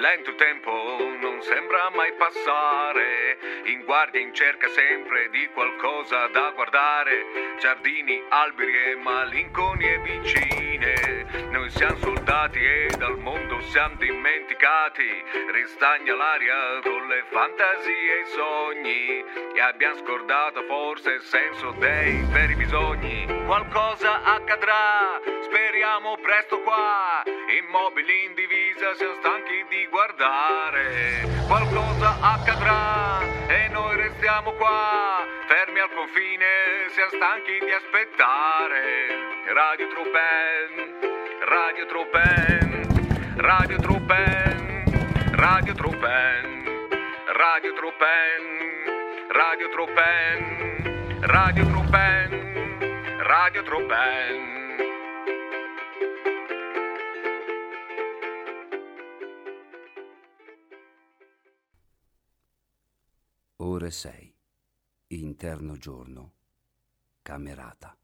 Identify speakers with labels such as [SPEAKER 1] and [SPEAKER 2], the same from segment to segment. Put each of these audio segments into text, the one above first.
[SPEAKER 1] lento il tempo, non sembra mai passare. In guardia, in cerca sempre di qualcosa da guardare. Giardini, alberi e malinconie vicine. Noi siamo soldati e dal mondo siamo dimenticati. Ristagna l'aria con le fantasie e i sogni. E abbiamo scordato forse il senso dei veri bisogni. Qualcosa accadrà, speriamo presto qua. Immobili in divisa, siamo stanchi di guardare. Qualcosa accadrà e noi restiamo qua. Fermi al confine, siamo stanchi di aspettare. Radio Truppen, Radio Truppen, Radio Truppen, Radio Truppen, Radio Truppen, Radio Truppen, Radio Truppen, Radio Truppen.
[SPEAKER 2] Ore 6. Interno giorno. Camerata.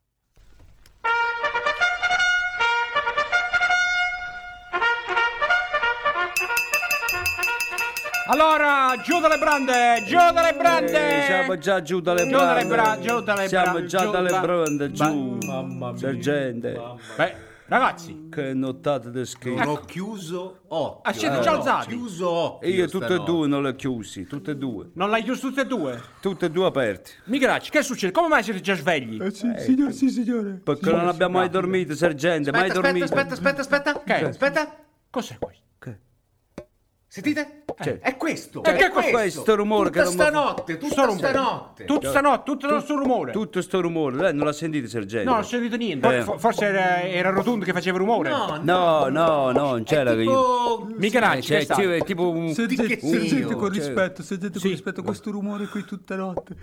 [SPEAKER 3] Allora, giù dalle brande, giù dalle brande!
[SPEAKER 2] Eh, siamo già giù dalle
[SPEAKER 3] Giù dalle
[SPEAKER 2] brande.
[SPEAKER 3] bra- giù dalle
[SPEAKER 2] siamo
[SPEAKER 3] bra-
[SPEAKER 2] già
[SPEAKER 3] giù
[SPEAKER 2] dalle
[SPEAKER 3] da-
[SPEAKER 2] brande,
[SPEAKER 3] ba-
[SPEAKER 2] giù. Sergente,
[SPEAKER 3] Beh, ragazzi,
[SPEAKER 2] che nottata di
[SPEAKER 4] Non
[SPEAKER 3] Ecco.
[SPEAKER 2] scherzo.
[SPEAKER 4] ho chiuso occhio.
[SPEAKER 3] Ah, siete
[SPEAKER 4] Non
[SPEAKER 3] già
[SPEAKER 4] ho
[SPEAKER 3] alzati?
[SPEAKER 4] chiuso occhio.
[SPEAKER 2] Io tutte e
[SPEAKER 4] stanotte.
[SPEAKER 2] due non le ho chiusi, tutte e due.
[SPEAKER 3] non l'hai chiuso tutte e due?
[SPEAKER 2] Tutte e due aperte.
[SPEAKER 3] Migracci, che succede? Come mai siete già svegli?
[SPEAKER 2] Eh,
[SPEAKER 5] Signor, sì, signore.
[SPEAKER 2] Perché non abbiamo mai dormito, sergente, mai
[SPEAKER 4] Aspetta, aspetta,
[SPEAKER 2] dormito.
[SPEAKER 4] aspetta, aspetta, aspetta.
[SPEAKER 3] Che?
[SPEAKER 4] Aspetta.
[SPEAKER 3] Cos'è questo?
[SPEAKER 4] Sentite?
[SPEAKER 2] Sì.
[SPEAKER 4] Cioè, È questo.
[SPEAKER 2] Che
[SPEAKER 4] è
[SPEAKER 2] cos'è questo rumore
[SPEAKER 4] tutta
[SPEAKER 2] che non mi-
[SPEAKER 4] stanotte,
[SPEAKER 3] Sto
[SPEAKER 4] tutta
[SPEAKER 3] rumore.
[SPEAKER 4] stanotte.
[SPEAKER 3] Tutta stanotte, tutto il nostro rumore.
[SPEAKER 2] Eh, Tutto sto rumore, lei non l'ha sentito, sergente?
[SPEAKER 3] No, non ho sentito niente.
[SPEAKER 2] Eh.
[SPEAKER 3] For- forse era, era Rotundo che faceva rumore.
[SPEAKER 4] No, no.
[SPEAKER 2] No, no, no, non c'era che io.
[SPEAKER 3] Migracci, che
[SPEAKER 2] Cioè,
[SPEAKER 3] sta?
[SPEAKER 2] c'è tipo un...
[SPEAKER 5] Sergente,
[SPEAKER 4] che zio,
[SPEAKER 5] sergente con
[SPEAKER 2] cioè-
[SPEAKER 5] rispetto, sergente
[SPEAKER 3] Sì.
[SPEAKER 5] con rispetto, questo rumore qui tutta notte.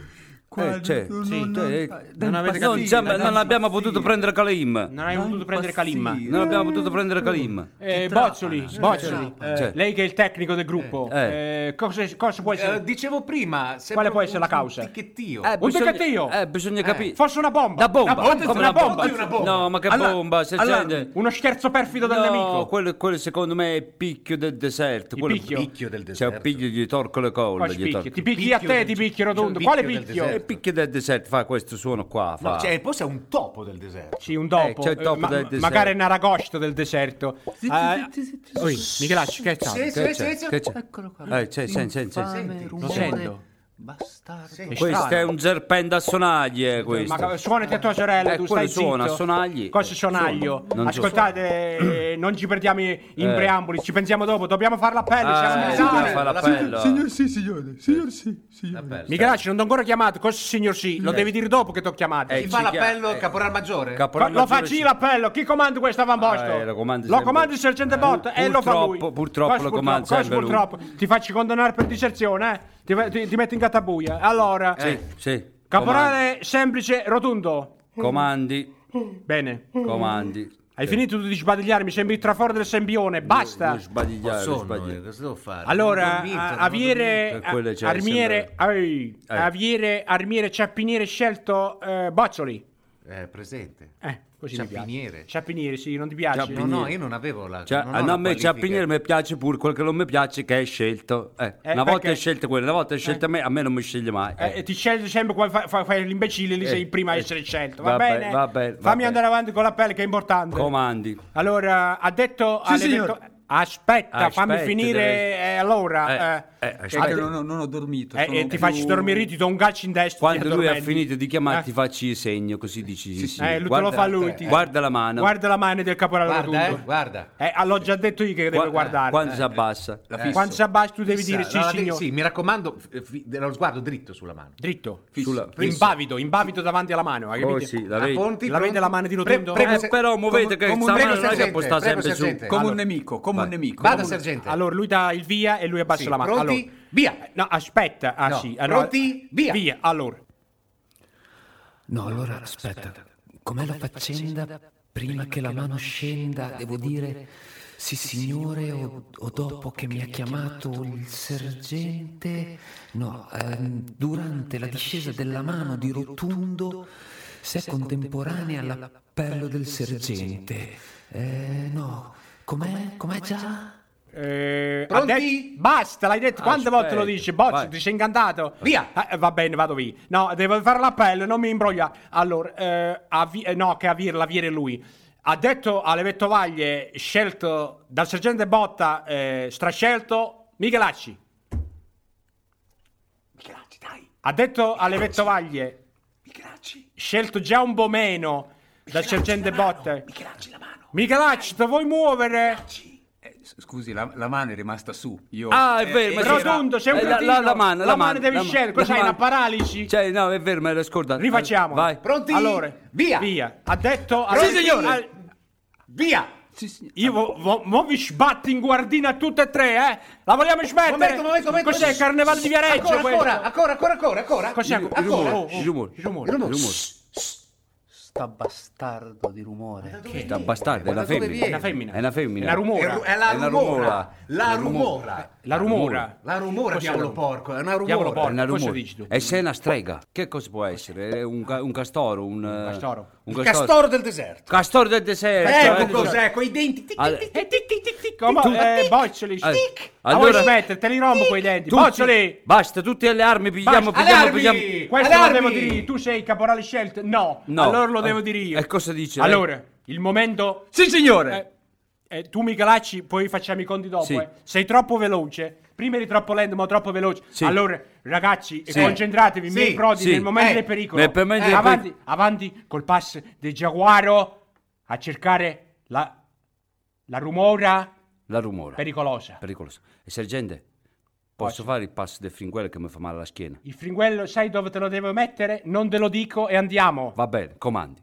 [SPEAKER 5] Qua,
[SPEAKER 2] Eh, c'è,
[SPEAKER 5] non-
[SPEAKER 3] sì,
[SPEAKER 5] non-
[SPEAKER 2] eh,
[SPEAKER 5] dai,
[SPEAKER 3] non avete
[SPEAKER 5] impazzire,
[SPEAKER 2] Non, siamo-
[SPEAKER 5] dai,
[SPEAKER 2] non abbiamo potuto prendere Kalim.
[SPEAKER 3] Non hai potuto prendere Calimma.
[SPEAKER 5] impazzire.
[SPEAKER 2] Non abbiamo potuto prendere Kalim.
[SPEAKER 3] Eh, Bozzoli, Bozzoli.
[SPEAKER 2] Cioè,
[SPEAKER 3] Lei che è il tecnico del gruppo,
[SPEAKER 2] Eh.
[SPEAKER 3] eh, cosa, cosa può essere?
[SPEAKER 4] Eh, dicevo prima, sempre
[SPEAKER 3] Quale può
[SPEAKER 4] un-
[SPEAKER 3] essere la causa?
[SPEAKER 4] Un ticchettio.
[SPEAKER 2] eh,
[SPEAKER 3] Un peccatino!
[SPEAKER 2] Eh, bisogna capire.
[SPEAKER 3] Forse una bomba.
[SPEAKER 2] Da bomba.
[SPEAKER 3] Una bomba,
[SPEAKER 2] Come
[SPEAKER 3] una
[SPEAKER 2] la
[SPEAKER 3] bomba.
[SPEAKER 4] Di una bomba.
[SPEAKER 2] No, ma che
[SPEAKER 5] Alla-
[SPEAKER 2] bomba, sergente.
[SPEAKER 5] allarme.
[SPEAKER 3] Uno scherzo perfido del
[SPEAKER 2] No,
[SPEAKER 3] nemico.
[SPEAKER 2] Quello, quello secondo me è il picchio del deserto.
[SPEAKER 3] Il
[SPEAKER 2] quello
[SPEAKER 3] picchio?
[SPEAKER 4] Picchio del
[SPEAKER 2] Cioè,
[SPEAKER 4] deserto.
[SPEAKER 2] il picchio gli torco le colle.
[SPEAKER 3] Poi ci
[SPEAKER 2] gli
[SPEAKER 3] picchi.
[SPEAKER 2] torco.
[SPEAKER 3] Ti picchi a
[SPEAKER 4] Picchio
[SPEAKER 3] te,
[SPEAKER 4] del-
[SPEAKER 3] ti picchi rotondo.
[SPEAKER 4] Cioè, il
[SPEAKER 3] Quale
[SPEAKER 4] picchio del
[SPEAKER 2] Eh,
[SPEAKER 3] picchio?
[SPEAKER 2] Il picchio del deserto fa questo suono qua. Fa.
[SPEAKER 4] No, cioè, poi sei un topo del deserto.
[SPEAKER 3] Sì, un dopo.
[SPEAKER 2] Eh, c'è il dopo del deserto.
[SPEAKER 3] magari è un aragosto del deserto. Eh, oi, Michelacci, che è stato?
[SPEAKER 4] Sì,
[SPEAKER 2] Che
[SPEAKER 4] sì,
[SPEAKER 2] c'è?
[SPEAKER 4] sì, sì.
[SPEAKER 2] Che c'è?
[SPEAKER 5] Eccolo qua.
[SPEAKER 2] Eh, c'è, senti, senti, senti.
[SPEAKER 5] Infame
[SPEAKER 4] Senti,
[SPEAKER 5] rumore.
[SPEAKER 3] sento.
[SPEAKER 5] Bastardo.
[SPEAKER 4] Sì.
[SPEAKER 2] Questo
[SPEAKER 3] strano.
[SPEAKER 2] è un serpente a sonaglie. Questo.
[SPEAKER 3] Ma ca- suonati a tua sorella,
[SPEAKER 2] Eh,
[SPEAKER 3] tu
[SPEAKER 2] quello
[SPEAKER 3] stai
[SPEAKER 2] suona,
[SPEAKER 3] zitto.
[SPEAKER 2] sonagli. Eh,
[SPEAKER 3] Cosa sonaglio?
[SPEAKER 2] Suona. Non so.
[SPEAKER 3] Ascoltate, eh, non ci perdiamo in in
[SPEAKER 2] Eh.
[SPEAKER 3] preamboli, ci pensiamo dopo, dobbiamo fare l'appello, siamo in
[SPEAKER 2] Eh,
[SPEAKER 3] esame.
[SPEAKER 2] dobbiamo fare l'appello.
[SPEAKER 5] Signor, sì, signore. Signor, sì, signore.
[SPEAKER 4] L'appello.
[SPEAKER 3] Michelacci, non ti ho ancora chiamato, cosa signor sì? Lo devi dire dopo che ti ho chiamato.
[SPEAKER 2] Eh,
[SPEAKER 4] Chi
[SPEAKER 2] ci
[SPEAKER 4] fa
[SPEAKER 2] chiama-
[SPEAKER 4] l'appello
[SPEAKER 2] eh,
[SPEAKER 4] caporal maggiore?
[SPEAKER 2] Caporal
[SPEAKER 3] lo
[SPEAKER 2] maggiore
[SPEAKER 3] facci
[SPEAKER 2] ci-
[SPEAKER 3] l'appello, chi comanda questo avamposto?
[SPEAKER 2] Eh, lo comandi
[SPEAKER 3] Lo
[SPEAKER 2] sempre- Eh,
[SPEAKER 3] comandi il sergente Bot e lo fa lui.
[SPEAKER 2] Purtroppo- purtroppo
[SPEAKER 3] Cosa
[SPEAKER 2] lo comanda
[SPEAKER 3] purtroppo? Cosa
[SPEAKER 2] sempre lui.
[SPEAKER 3] purtroppo? Ti faccio condannare per diserzione, eh? Ti, ti- ti metto in gattabuia. Allora,
[SPEAKER 2] Eh, Sì, sì.
[SPEAKER 3] caporale semplice rotondo.
[SPEAKER 2] Comandi,
[SPEAKER 3] Bene.
[SPEAKER 2] comandi.
[SPEAKER 3] Hai finito tu di sbadigliare, mi sembri il traforo del sembione, basta.
[SPEAKER 2] Non sbadigliare,
[SPEAKER 4] Sonno,
[SPEAKER 2] non
[SPEAKER 4] eh,
[SPEAKER 2] sbadigliare.
[SPEAKER 4] cosa devo fare?
[SPEAKER 3] Allora,
[SPEAKER 4] Non ho dormito,
[SPEAKER 3] a-
[SPEAKER 4] non ho
[SPEAKER 3] aviere,
[SPEAKER 2] dormito. Eh, quello c'è,
[SPEAKER 3] a- armiere, ai,
[SPEAKER 2] Eh.
[SPEAKER 3] aviere, armiere, ciappiniere scelto eh, Bozzoli.
[SPEAKER 4] dormito. Eh, presente.
[SPEAKER 3] Eh, così mi
[SPEAKER 4] Ciappiniere.
[SPEAKER 3] piace. Ciappiniere, sì, non ti piace?
[SPEAKER 2] Ciappiniere.
[SPEAKER 4] No, no, io non avevo la
[SPEAKER 2] Cioè,
[SPEAKER 4] non ho
[SPEAKER 2] a
[SPEAKER 4] la
[SPEAKER 2] me
[SPEAKER 4] qualifica.
[SPEAKER 2] Ciappiniere mi piace pure quel che non mi piace che è scelto. Eh,
[SPEAKER 3] Eh,
[SPEAKER 2] una volta
[SPEAKER 3] perché?
[SPEAKER 2] è scelto quello, una volta è scelto me, a me non mi sceglie mai.
[SPEAKER 3] Eh, eh, ti scegli sempre quando fa- fa- fai l'imbecille, lì
[SPEAKER 2] Eh,
[SPEAKER 3] sei il primo a
[SPEAKER 2] eh,
[SPEAKER 3] essere scelto. Va,
[SPEAKER 2] va bene,
[SPEAKER 3] bene?
[SPEAKER 2] va bene, va
[SPEAKER 3] Fammi
[SPEAKER 2] bene.
[SPEAKER 3] andare avanti con la pelle che è importante.
[SPEAKER 2] Comandi.
[SPEAKER 3] Allora, ha detto
[SPEAKER 5] Sì,
[SPEAKER 3] alle
[SPEAKER 5] signore.
[SPEAKER 3] 20 Aspetta,
[SPEAKER 2] Aspetta,
[SPEAKER 3] fammi finire
[SPEAKER 2] deve-
[SPEAKER 3] eh, allora.
[SPEAKER 2] Eh,
[SPEAKER 3] eh.
[SPEAKER 2] eh,
[SPEAKER 5] È
[SPEAKER 2] aspetta.
[SPEAKER 5] che non, ho- non ho dormito.
[SPEAKER 3] Eh,
[SPEAKER 5] sono
[SPEAKER 3] eh, ti
[SPEAKER 5] più-
[SPEAKER 3] faccio dormire, ti do un calcio in destra. ti
[SPEAKER 2] Quando lui ha
[SPEAKER 3] addormenti.
[SPEAKER 2] finito di chiamarti
[SPEAKER 3] Eh,
[SPEAKER 2] facci il segno, così dici sì, sì.
[SPEAKER 3] eh, lui te lo
[SPEAKER 2] Guarda-
[SPEAKER 3] fa lui. ti-
[SPEAKER 2] Guarda la mano.
[SPEAKER 3] Guarda la mano del caporale
[SPEAKER 4] Guarda, eh,
[SPEAKER 3] rotondo.
[SPEAKER 4] guarda.
[SPEAKER 3] Eh, ah, l'ho già detto io che deve
[SPEAKER 2] Qua- eh,
[SPEAKER 3] guardare.
[SPEAKER 2] Quando si abbassa.
[SPEAKER 4] La
[SPEAKER 3] Eh,
[SPEAKER 4] fisso.
[SPEAKER 3] Quando si abbassa tu devi
[SPEAKER 4] Fissa.
[SPEAKER 3] dire sì,
[SPEAKER 4] No, la de-
[SPEAKER 3] signore.
[SPEAKER 4] Sì, mi raccomando, f- fi- dello sguardo dritto sulla mano.
[SPEAKER 3] Dritto.
[SPEAKER 2] Sulla-
[SPEAKER 3] Imbavido, imbavido davanti alla mano, hai
[SPEAKER 2] Oh,
[SPEAKER 3] capito?
[SPEAKER 2] sì, la
[SPEAKER 4] Ah,
[SPEAKER 2] vedi.
[SPEAKER 4] Ponti,
[SPEAKER 3] La vede la mano di Rotondo?
[SPEAKER 2] Eh,
[SPEAKER 4] Prego, se-
[SPEAKER 2] però muovete che
[SPEAKER 4] come un-
[SPEAKER 2] sta
[SPEAKER 4] prego,
[SPEAKER 2] mano non è che
[SPEAKER 4] sergente,
[SPEAKER 2] può stare
[SPEAKER 4] prego,
[SPEAKER 2] sempre su.
[SPEAKER 4] sergente.
[SPEAKER 5] Come
[SPEAKER 3] Allora-
[SPEAKER 5] un nemico, come un nemico.
[SPEAKER 4] Vada,
[SPEAKER 5] come un-
[SPEAKER 4] sergente.
[SPEAKER 3] Allora lui dà il via e lui abbassa
[SPEAKER 4] Sì,
[SPEAKER 3] la mano.
[SPEAKER 4] pronti?
[SPEAKER 3] Allora-
[SPEAKER 4] Via.
[SPEAKER 3] No, aspetta. Ah,
[SPEAKER 4] No,
[SPEAKER 3] sì. allora-
[SPEAKER 4] pronti? Via.
[SPEAKER 3] Via, allora.
[SPEAKER 6] No, allora aspetta, com'è la faccenda? Prima che la mano scenda, devo dire sì signore o, o dopo che mi ha chiamato il sergente? No, ehm, durante la discesa della mano di Rotundo, se è contemporanea all'appello del sergente. Eh, no, com'è? Com'è già?
[SPEAKER 3] Eh,
[SPEAKER 4] Pronti?
[SPEAKER 3] ha det- Basta, l'hai detto. Quante
[SPEAKER 2] Aspetta,
[SPEAKER 3] volte lo dici? Bozzo,
[SPEAKER 2] vai.
[SPEAKER 3] ti sei incantato.
[SPEAKER 4] Via.
[SPEAKER 3] Ah, eh, va bene, vado via. No, devo fare l'appello, non mi imbroglia. Allora, eh, Avi- eh, no, che Avir, l'Avire è lui. Ha detto alle vettovaglie, scelto dal sergente Botta, eh, strascelto, Michelacci.
[SPEAKER 4] Michelacci, dai.
[SPEAKER 3] Ha detto alle vettovaglie,
[SPEAKER 4] Michelacci.
[SPEAKER 3] scelto già un po' meno dal sergente Botta.
[SPEAKER 4] Michelacci la mano.
[SPEAKER 3] Michelacci, ti vuoi muovere?
[SPEAKER 5] Eh, s- scusi, la, la mano è rimasta su. Io...
[SPEAKER 2] Ah, è
[SPEAKER 5] Eh,
[SPEAKER 2] vero, ma
[SPEAKER 5] eh,
[SPEAKER 2] c'era-
[SPEAKER 3] Rotondo, c'è un
[SPEAKER 2] eh, la,
[SPEAKER 3] cretino.
[SPEAKER 2] la, la mano,
[SPEAKER 3] La
[SPEAKER 2] la
[SPEAKER 3] mano
[SPEAKER 2] mano
[SPEAKER 3] devi
[SPEAKER 2] la
[SPEAKER 3] scegliere,
[SPEAKER 2] la
[SPEAKER 3] cos'hai,
[SPEAKER 2] mano.
[SPEAKER 3] una paralisi?
[SPEAKER 2] Cioè, no, è vero, me l'ho scordato.
[SPEAKER 3] Rifacciamo.
[SPEAKER 2] Vai.
[SPEAKER 4] Pronti?
[SPEAKER 3] Allora,
[SPEAKER 4] Via.
[SPEAKER 3] Via. Ha detto...
[SPEAKER 2] Sì, signore.
[SPEAKER 3] al-
[SPEAKER 4] Via. Eh,
[SPEAKER 5] sì, sì.
[SPEAKER 3] Io vo, vo- mo vi sbatto in guardina tutte e tre, eh? La vogliamo smettere?
[SPEAKER 4] Momento, momento, momento.
[SPEAKER 3] Cos'è, il carnevale di Viareggio
[SPEAKER 4] Ancora,
[SPEAKER 3] questo?
[SPEAKER 4] ancora, ancora, ancora, ancora, ancora.
[SPEAKER 3] Cos'è?
[SPEAKER 2] Il, il rumore,
[SPEAKER 4] Ancora.
[SPEAKER 3] Oh, oh.
[SPEAKER 2] il rumore,
[SPEAKER 3] Il rumore.
[SPEAKER 2] il rumore.
[SPEAKER 6] Sta bastardo di rumore.
[SPEAKER 2] Sta bastardo, è una
[SPEAKER 4] Guarda dove
[SPEAKER 2] femmina.
[SPEAKER 4] viene.
[SPEAKER 3] Una femmina.
[SPEAKER 2] È una femmina.
[SPEAKER 3] È una
[SPEAKER 4] È,
[SPEAKER 3] rumora.
[SPEAKER 4] ru- è la
[SPEAKER 2] È una
[SPEAKER 4] rumora.
[SPEAKER 2] rumora.
[SPEAKER 4] La rumora.
[SPEAKER 3] La rumora.
[SPEAKER 4] La rumora,
[SPEAKER 3] Cos'è
[SPEAKER 4] diavolo
[SPEAKER 3] la rumora?
[SPEAKER 4] porco. È una
[SPEAKER 3] Diavolo
[SPEAKER 2] È
[SPEAKER 4] rumora.
[SPEAKER 3] porco.
[SPEAKER 2] una
[SPEAKER 3] Cosa
[SPEAKER 2] rumore.
[SPEAKER 3] dici tu?
[SPEAKER 2] E se è una strega? Che cosa può essere? È un, ca- un castoro, un... eh,
[SPEAKER 3] castoro.
[SPEAKER 2] Un
[SPEAKER 4] Il
[SPEAKER 2] castoro.
[SPEAKER 4] castoro del deserto.
[SPEAKER 2] Castoro del deserto.
[SPEAKER 4] Ecco cos'è, coi denti. tic,
[SPEAKER 2] Allora-
[SPEAKER 4] tic, tic,
[SPEAKER 3] E tic tic tic tic, come eh, boccioli. Ah,
[SPEAKER 2] Eh,
[SPEAKER 3] Tic.
[SPEAKER 2] allora-
[SPEAKER 3] Allora, smettere, te li rompo quei denti. Boccioli.
[SPEAKER 2] Basta, tutte le armi, pigliamo,
[SPEAKER 4] Basta,
[SPEAKER 2] pigliamo,
[SPEAKER 4] alle
[SPEAKER 2] pigliamo.
[SPEAKER 4] armi!
[SPEAKER 3] Questo
[SPEAKER 4] Allarmi!
[SPEAKER 3] lo devo dire io. Tu sei il caporale scelto? No.
[SPEAKER 2] No.
[SPEAKER 3] Allora lo devo
[SPEAKER 2] Eh,
[SPEAKER 3] dire io.
[SPEAKER 2] e cosa dice lei?
[SPEAKER 3] Allora, il momento...
[SPEAKER 5] Sì, signore!
[SPEAKER 3] Eh, eh, tu Michelacci, poi facciamo i conti dopo.
[SPEAKER 2] Sì.
[SPEAKER 3] eh. Sei troppo veloce. Prima eri troppo lento, ma troppo veloce.
[SPEAKER 2] Sì.
[SPEAKER 3] Allora, ragazzi,
[SPEAKER 2] Sì.
[SPEAKER 3] concentratevi.
[SPEAKER 4] Sì.
[SPEAKER 3] miei prodi
[SPEAKER 2] Sì.
[SPEAKER 3] nel momento
[SPEAKER 4] Eh.
[SPEAKER 3] del pericolo.
[SPEAKER 2] Nel momento del
[SPEAKER 3] avanti, avanti col pass del Giaguaro a cercare la, la rumora
[SPEAKER 2] La rumora.
[SPEAKER 3] pericolosa.
[SPEAKER 2] Pericoloso. E sergente, posso fare il passo del fringuello che mi fa male alla schiena?
[SPEAKER 3] Il fringuello, sai dove te lo devo mettere? Non te lo dico e andiamo.
[SPEAKER 2] Va bene, comandi.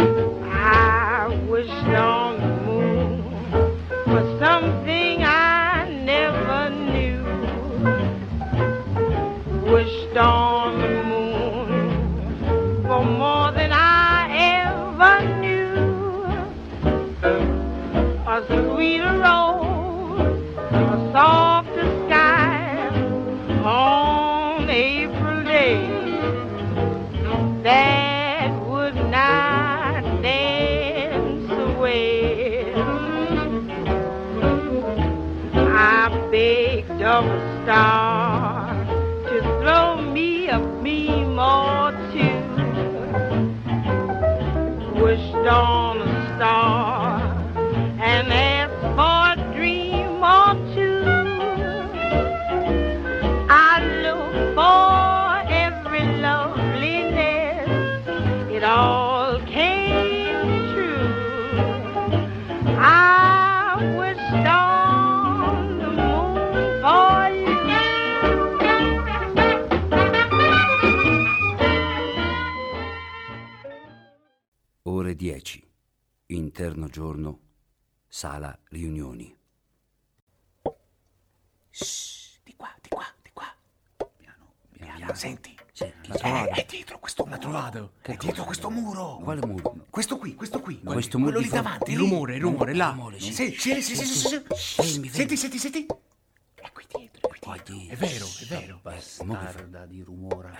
[SPEAKER 7] I wished on the moon for something I never knew. Wished on the moon for more than I ever knew. A sweeter rose, a softer sky on April day that would not dance away. I begged of a star to throw me a beam or two. Wished on a star and asked for a dream or two. I look for every loveliness. It all came true. I wished on the moon for you.
[SPEAKER 2] Ore 10. Interno giorno. Sala riunioni.
[SPEAKER 4] Di qua, di qua, di qua. Piano, piano. Senti.
[SPEAKER 2] Senti,
[SPEAKER 4] Eh, è dietro questo muro.
[SPEAKER 5] trovato.
[SPEAKER 4] È dietro questo muro.
[SPEAKER 2] quale muro?
[SPEAKER 4] Questo qui, questo qui.
[SPEAKER 2] Questo
[SPEAKER 4] quello
[SPEAKER 2] muro
[SPEAKER 4] lì
[SPEAKER 2] di fronte.
[SPEAKER 4] davanti.
[SPEAKER 5] Il
[SPEAKER 4] lì.
[SPEAKER 5] rumore, il rumore, là.
[SPEAKER 4] Sì, sì, sì, sì, sì, sì, sì.
[SPEAKER 2] Fermi, fermi.
[SPEAKER 4] Senti, senti, senti. È Eh, qui dietro. è qui dietro.
[SPEAKER 2] Qua dietro.
[SPEAKER 5] È vero, è vero.
[SPEAKER 4] Ah,
[SPEAKER 2] Bastarda di rumore.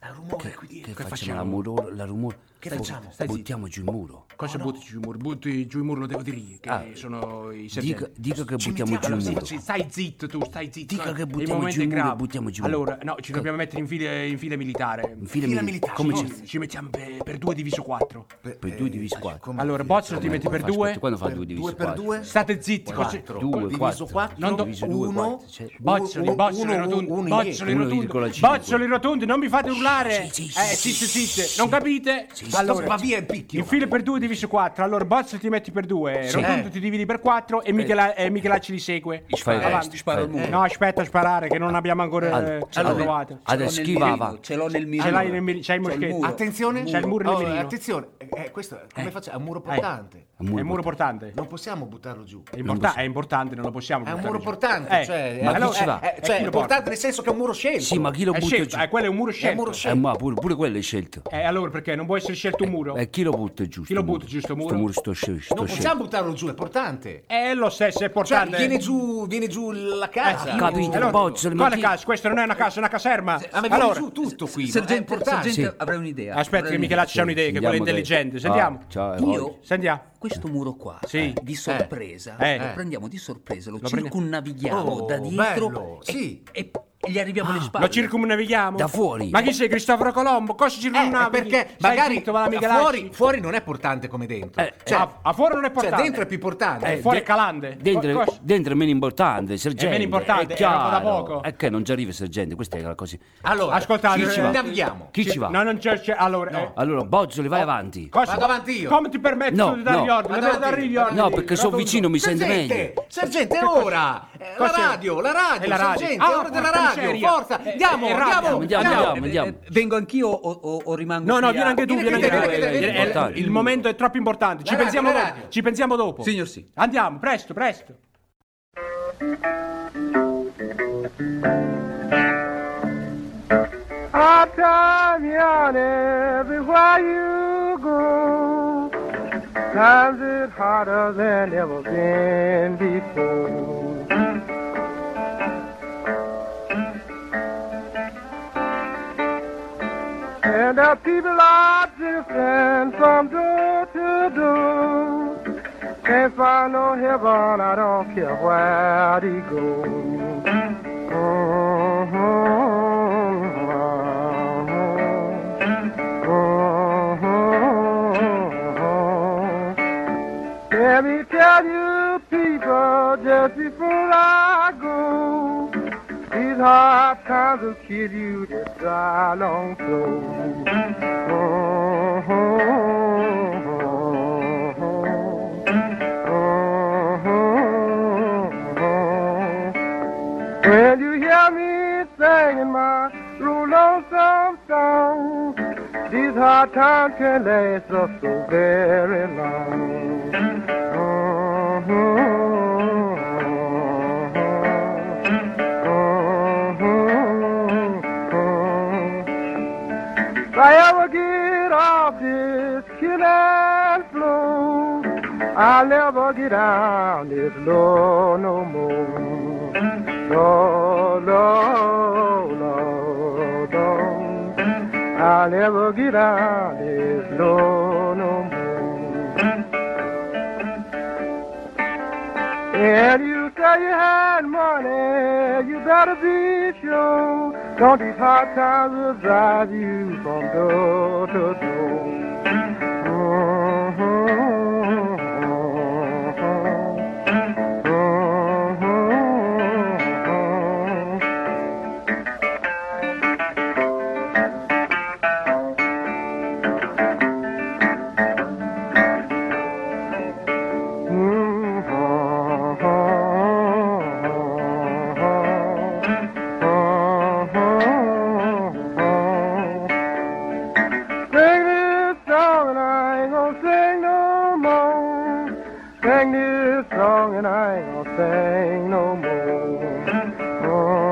[SPEAKER 4] Dal rumore qui
[SPEAKER 2] Che
[SPEAKER 4] dietro.
[SPEAKER 2] facciamo? La, muro, la rumore.
[SPEAKER 4] Che
[SPEAKER 2] Stai-
[SPEAKER 4] facciamo?
[SPEAKER 2] stai Buttiamo giù il muro.
[SPEAKER 5] Cosa butti giù il muro? Butti giù il muro, lo devo dire io, che
[SPEAKER 2] Ah.
[SPEAKER 5] sono i sergenti.
[SPEAKER 2] Dica, dica che
[SPEAKER 5] Ci
[SPEAKER 2] buttiamo giù
[SPEAKER 5] mettiamo-
[SPEAKER 2] il
[SPEAKER 5] sì,
[SPEAKER 2] muro.
[SPEAKER 5] sì, Stai zitto tu, stai zitto.
[SPEAKER 2] Dica che
[SPEAKER 5] Il
[SPEAKER 2] buttiamo
[SPEAKER 5] momento
[SPEAKER 2] giù
[SPEAKER 5] è
[SPEAKER 2] il muro,
[SPEAKER 5] grave.
[SPEAKER 2] buttiamo giù il muro.
[SPEAKER 5] Allora, no, ci dobbiamo mettere in fila, in fila militare.
[SPEAKER 2] Infine,
[SPEAKER 4] Fila
[SPEAKER 2] mi-
[SPEAKER 4] militare,
[SPEAKER 2] Come
[SPEAKER 4] forza.
[SPEAKER 2] ci...
[SPEAKER 5] Ci mettiamo per, per due diviso quattro.
[SPEAKER 4] Eh,
[SPEAKER 2] Per due divisi quattro.
[SPEAKER 5] Allora, Bozzo ti
[SPEAKER 2] Come
[SPEAKER 5] metti per
[SPEAKER 2] fa- aspetta,
[SPEAKER 5] due.
[SPEAKER 2] Quando fa due divisi
[SPEAKER 4] Due per
[SPEAKER 2] quattro?
[SPEAKER 4] due?
[SPEAKER 5] State zitti così.
[SPEAKER 4] Quattro.
[SPEAKER 2] Due,
[SPEAKER 4] Diviso
[SPEAKER 2] quattro.
[SPEAKER 4] quattro.
[SPEAKER 5] Non do-
[SPEAKER 2] Diviso due,
[SPEAKER 4] uno.
[SPEAKER 2] quattro, cioè-
[SPEAKER 5] Bozzoli,
[SPEAKER 4] Uno-
[SPEAKER 5] bozzoli
[SPEAKER 4] uno-
[SPEAKER 5] rotondi,
[SPEAKER 4] uno-
[SPEAKER 5] bozzoli
[SPEAKER 2] uno-
[SPEAKER 5] rotondi,
[SPEAKER 2] 1,5.
[SPEAKER 5] bozzoli rotondi, non mi fate urlare.
[SPEAKER 4] Sì, sì, sì,
[SPEAKER 5] eh,
[SPEAKER 4] sì,
[SPEAKER 5] zitte,
[SPEAKER 4] sì,
[SPEAKER 5] zitte,
[SPEAKER 4] sì.
[SPEAKER 5] non capite?
[SPEAKER 4] Allora, va via il picchio.
[SPEAKER 3] Il filo per 2 diviso 4. Allora Bozzo ti metti per 2, Rotondo
[SPEAKER 2] Eh.
[SPEAKER 3] ti dividi per 4 e, Michela,
[SPEAKER 5] eh,
[SPEAKER 3] e Michelacci li segue.
[SPEAKER 2] Fai il
[SPEAKER 3] Avanti.
[SPEAKER 2] resto,
[SPEAKER 5] sparo
[SPEAKER 2] fai-
[SPEAKER 5] al muro.
[SPEAKER 3] Eh, No, aspetta a sparare che non abbiamo ancora eh,
[SPEAKER 2] Allora,
[SPEAKER 3] provato.
[SPEAKER 2] Adesso chi va va?
[SPEAKER 5] Ce l'ho nel
[SPEAKER 3] Ce l'hai nel miri- c'hai il moschetto.
[SPEAKER 4] Attenzione.
[SPEAKER 3] C'è il muro nel
[SPEAKER 4] Oh,
[SPEAKER 3] mirino.
[SPEAKER 4] Attenzione. Eh, eh, questo come facciamo? È un muro portante.
[SPEAKER 3] È un muro portante.
[SPEAKER 4] Non possiamo buttarlo giù.
[SPEAKER 3] È, importa- è importante, non lo possiamo
[SPEAKER 4] È un
[SPEAKER 3] buttare
[SPEAKER 4] muro
[SPEAKER 3] giù.
[SPEAKER 4] portante,
[SPEAKER 3] Eh,
[SPEAKER 4] cioè,
[SPEAKER 2] ma
[SPEAKER 4] eh,
[SPEAKER 2] chi
[SPEAKER 4] allora,
[SPEAKER 2] ci va?
[SPEAKER 4] eh, eh,
[SPEAKER 3] E
[SPEAKER 4] cioè,
[SPEAKER 3] chi
[SPEAKER 4] è
[SPEAKER 3] lo
[SPEAKER 4] portante nel senso che è un muro scelto.
[SPEAKER 2] Sì, ma chi lo
[SPEAKER 3] È
[SPEAKER 2] butta
[SPEAKER 3] scelto,
[SPEAKER 2] giù?
[SPEAKER 3] eh, quello è un muro scelto.
[SPEAKER 4] muro
[SPEAKER 2] Eh, ma pure, pure quello è scelto.
[SPEAKER 3] Eh, allora perché non vuoi essere scelto un muro?
[SPEAKER 2] E Eh, chi lo butta giù?
[SPEAKER 3] Chi lo butta giù sto muro?
[SPEAKER 2] Sto muro sto, sce- sto scelto.
[SPEAKER 4] Non possiamo buttarlo giù, è portante.
[SPEAKER 3] Eh, lo stesso, è
[SPEAKER 4] Cioè,
[SPEAKER 3] portante.
[SPEAKER 4] viene giù, viene giù la casa.
[SPEAKER 2] Eh, capito,
[SPEAKER 3] Allora,
[SPEAKER 2] Bozzoli, ma
[SPEAKER 3] quale
[SPEAKER 2] chi-
[SPEAKER 3] casa? Questa non è una casa, è una caserma.
[SPEAKER 4] Ah, ma viene
[SPEAKER 3] allora,
[SPEAKER 4] giù tutto qui. no? è
[SPEAKER 5] Sergente,
[SPEAKER 4] portante.
[SPEAKER 5] sergente, avrei un'idea.
[SPEAKER 3] aspetta
[SPEAKER 5] Avrei
[SPEAKER 3] che
[SPEAKER 5] un'idea.
[SPEAKER 3] Michelacci ha un'idea, che quella è
[SPEAKER 2] Sentiamo dai.
[SPEAKER 3] intelligente.
[SPEAKER 2] Ah,
[SPEAKER 3] Sentiamo.
[SPEAKER 2] ciao, eh,
[SPEAKER 5] Io-
[SPEAKER 2] voglio.
[SPEAKER 3] Sentiamo.
[SPEAKER 5] Questo muro qua,
[SPEAKER 3] ah.
[SPEAKER 5] eh,
[SPEAKER 3] Sì.
[SPEAKER 5] di sorpresa,
[SPEAKER 3] Eh.
[SPEAKER 5] lo prendiamo di sorpresa, lo,
[SPEAKER 3] prendiamo.
[SPEAKER 5] circunnavighiamo
[SPEAKER 4] Oh,
[SPEAKER 5] da dietro
[SPEAKER 4] bello,
[SPEAKER 5] e,
[SPEAKER 4] sì.
[SPEAKER 5] e- e gli arriviamo alle spalle.
[SPEAKER 3] Ah, Lo circumnavighiamo?
[SPEAKER 2] Da fuori.
[SPEAKER 3] Ma chi sei, Cristoforo Colombo? Cosa
[SPEAKER 4] Eh,
[SPEAKER 3] circumnavighi?
[SPEAKER 4] perché
[SPEAKER 3] Stai
[SPEAKER 4] magari
[SPEAKER 3] zitto, va la Michelacci.
[SPEAKER 4] fuori, fuori non è portante come dentro.
[SPEAKER 2] Eh,
[SPEAKER 4] cioè,
[SPEAKER 3] a, a fuori non è
[SPEAKER 4] cioè,
[SPEAKER 3] portante.
[SPEAKER 4] dentro è più portante.
[SPEAKER 3] Eh, fuori è calande.
[SPEAKER 2] Dentro,
[SPEAKER 3] Cosa-
[SPEAKER 2] dentro è meno importante, sergente.
[SPEAKER 3] meno importante,
[SPEAKER 2] è
[SPEAKER 3] è roba da
[SPEAKER 2] chiaro.
[SPEAKER 3] poco.
[SPEAKER 2] È che non ci arriva il sergente, questa è la cosa.
[SPEAKER 4] Allora,
[SPEAKER 3] Ascoltate,
[SPEAKER 4] ci
[SPEAKER 3] eh,
[SPEAKER 4] navighiamo.
[SPEAKER 2] Chi ci va?
[SPEAKER 3] No, non c'è. c'è- allora, eh,
[SPEAKER 2] Allora, Bozzoli, vai avanti.
[SPEAKER 3] cosa-
[SPEAKER 4] Vado avanti io.
[SPEAKER 3] Come ti permetti
[SPEAKER 2] No,
[SPEAKER 3] tu di dargli
[SPEAKER 2] no.
[SPEAKER 4] Vado
[SPEAKER 3] ordini? Dove
[SPEAKER 4] avanti,
[SPEAKER 3] dargli
[SPEAKER 4] vado
[SPEAKER 3] ordini?
[SPEAKER 2] No, perché sono
[SPEAKER 3] Rotondo.
[SPEAKER 2] vicino, mi sento meglio.
[SPEAKER 4] Sergente, sergente, è
[SPEAKER 3] Che cosa-
[SPEAKER 4] ora! Eh, La
[SPEAKER 3] cosa-
[SPEAKER 4] radio, la radio,
[SPEAKER 3] È la radio.
[SPEAKER 4] sergente,
[SPEAKER 3] Ah,
[SPEAKER 4] è ora della
[SPEAKER 3] porca
[SPEAKER 4] radio,
[SPEAKER 3] miseria.
[SPEAKER 4] forza!
[SPEAKER 3] Eh,
[SPEAKER 4] Andiamo,
[SPEAKER 3] eh, radio.
[SPEAKER 4] andiamo,
[SPEAKER 2] Andiamo, andiamo, andiamo.
[SPEAKER 5] eh, Vengo anch'io o, o- o rimango
[SPEAKER 3] No, no,
[SPEAKER 5] qui
[SPEAKER 3] vieni
[SPEAKER 5] a-
[SPEAKER 3] anche tu, vieni
[SPEAKER 4] Vieni,
[SPEAKER 3] anche tu.
[SPEAKER 4] vieni,
[SPEAKER 3] Eh,
[SPEAKER 4] vieni,
[SPEAKER 3] eh,
[SPEAKER 4] vieni,
[SPEAKER 3] eh,
[SPEAKER 2] vieni.
[SPEAKER 3] Il momento è troppo importante. Ci
[SPEAKER 4] La radio,
[SPEAKER 3] pensiamo
[SPEAKER 4] la
[SPEAKER 3] dopo.
[SPEAKER 4] radio.
[SPEAKER 3] Ci pensiamo dopo.
[SPEAKER 5] Signor sì.
[SPEAKER 3] Andiamo, presto, presto.
[SPEAKER 8] Italian, everywhere you go, times it harder than ever been before. And the people are drifting from door to door. Can't find no heaven, I don't care where they go. Let me tell you, people, just before I go, these hard times will kill you just dry long through. When you hear me singing my lonesome song, these hard times can last us so very long. If I ever get off this killing floor, I'll never get down this low no more. No, no, no, no. I'll never get out this low no more. And you say you had money, you better be sure. Don't these hard times will drive you from door to door. Uh-huh. Mhm. Mhm. Sing this song and I ain't gonna sing no more. Sing this song and I ain't gonna sing no more.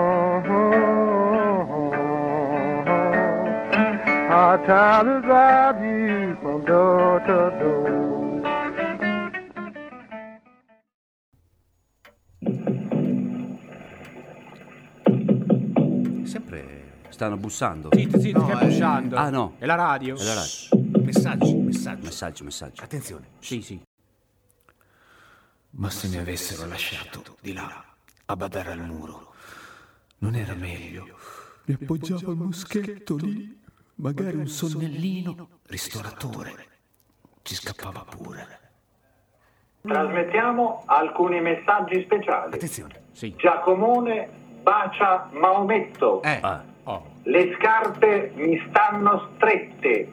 [SPEAKER 8] Our time is drive you from door to door.
[SPEAKER 4] Sempre
[SPEAKER 2] stanno bussando.
[SPEAKER 3] Zitti, zitti, che
[SPEAKER 4] eh.
[SPEAKER 3] bussando.
[SPEAKER 2] Ah, no.
[SPEAKER 3] È la radio?
[SPEAKER 2] È la radio.
[SPEAKER 4] Messaggi, messaggi.
[SPEAKER 2] Messaggio, messaggio.
[SPEAKER 4] Attenzione.
[SPEAKER 3] Sì, sì.
[SPEAKER 6] Ma se mi avessero lasciato di là, a badare al muro, non era meglio. Mi appoggiavo al moschetto lì, magari un sonnellino ristoratore. Ci scappava pure.
[SPEAKER 9] Trasmettiamo alcuni messaggi speciali.
[SPEAKER 4] Attenzione.
[SPEAKER 9] Giacomone bacia Maometto.
[SPEAKER 4] Eh.
[SPEAKER 2] Ah,
[SPEAKER 9] Le scarpe mi stanno strette.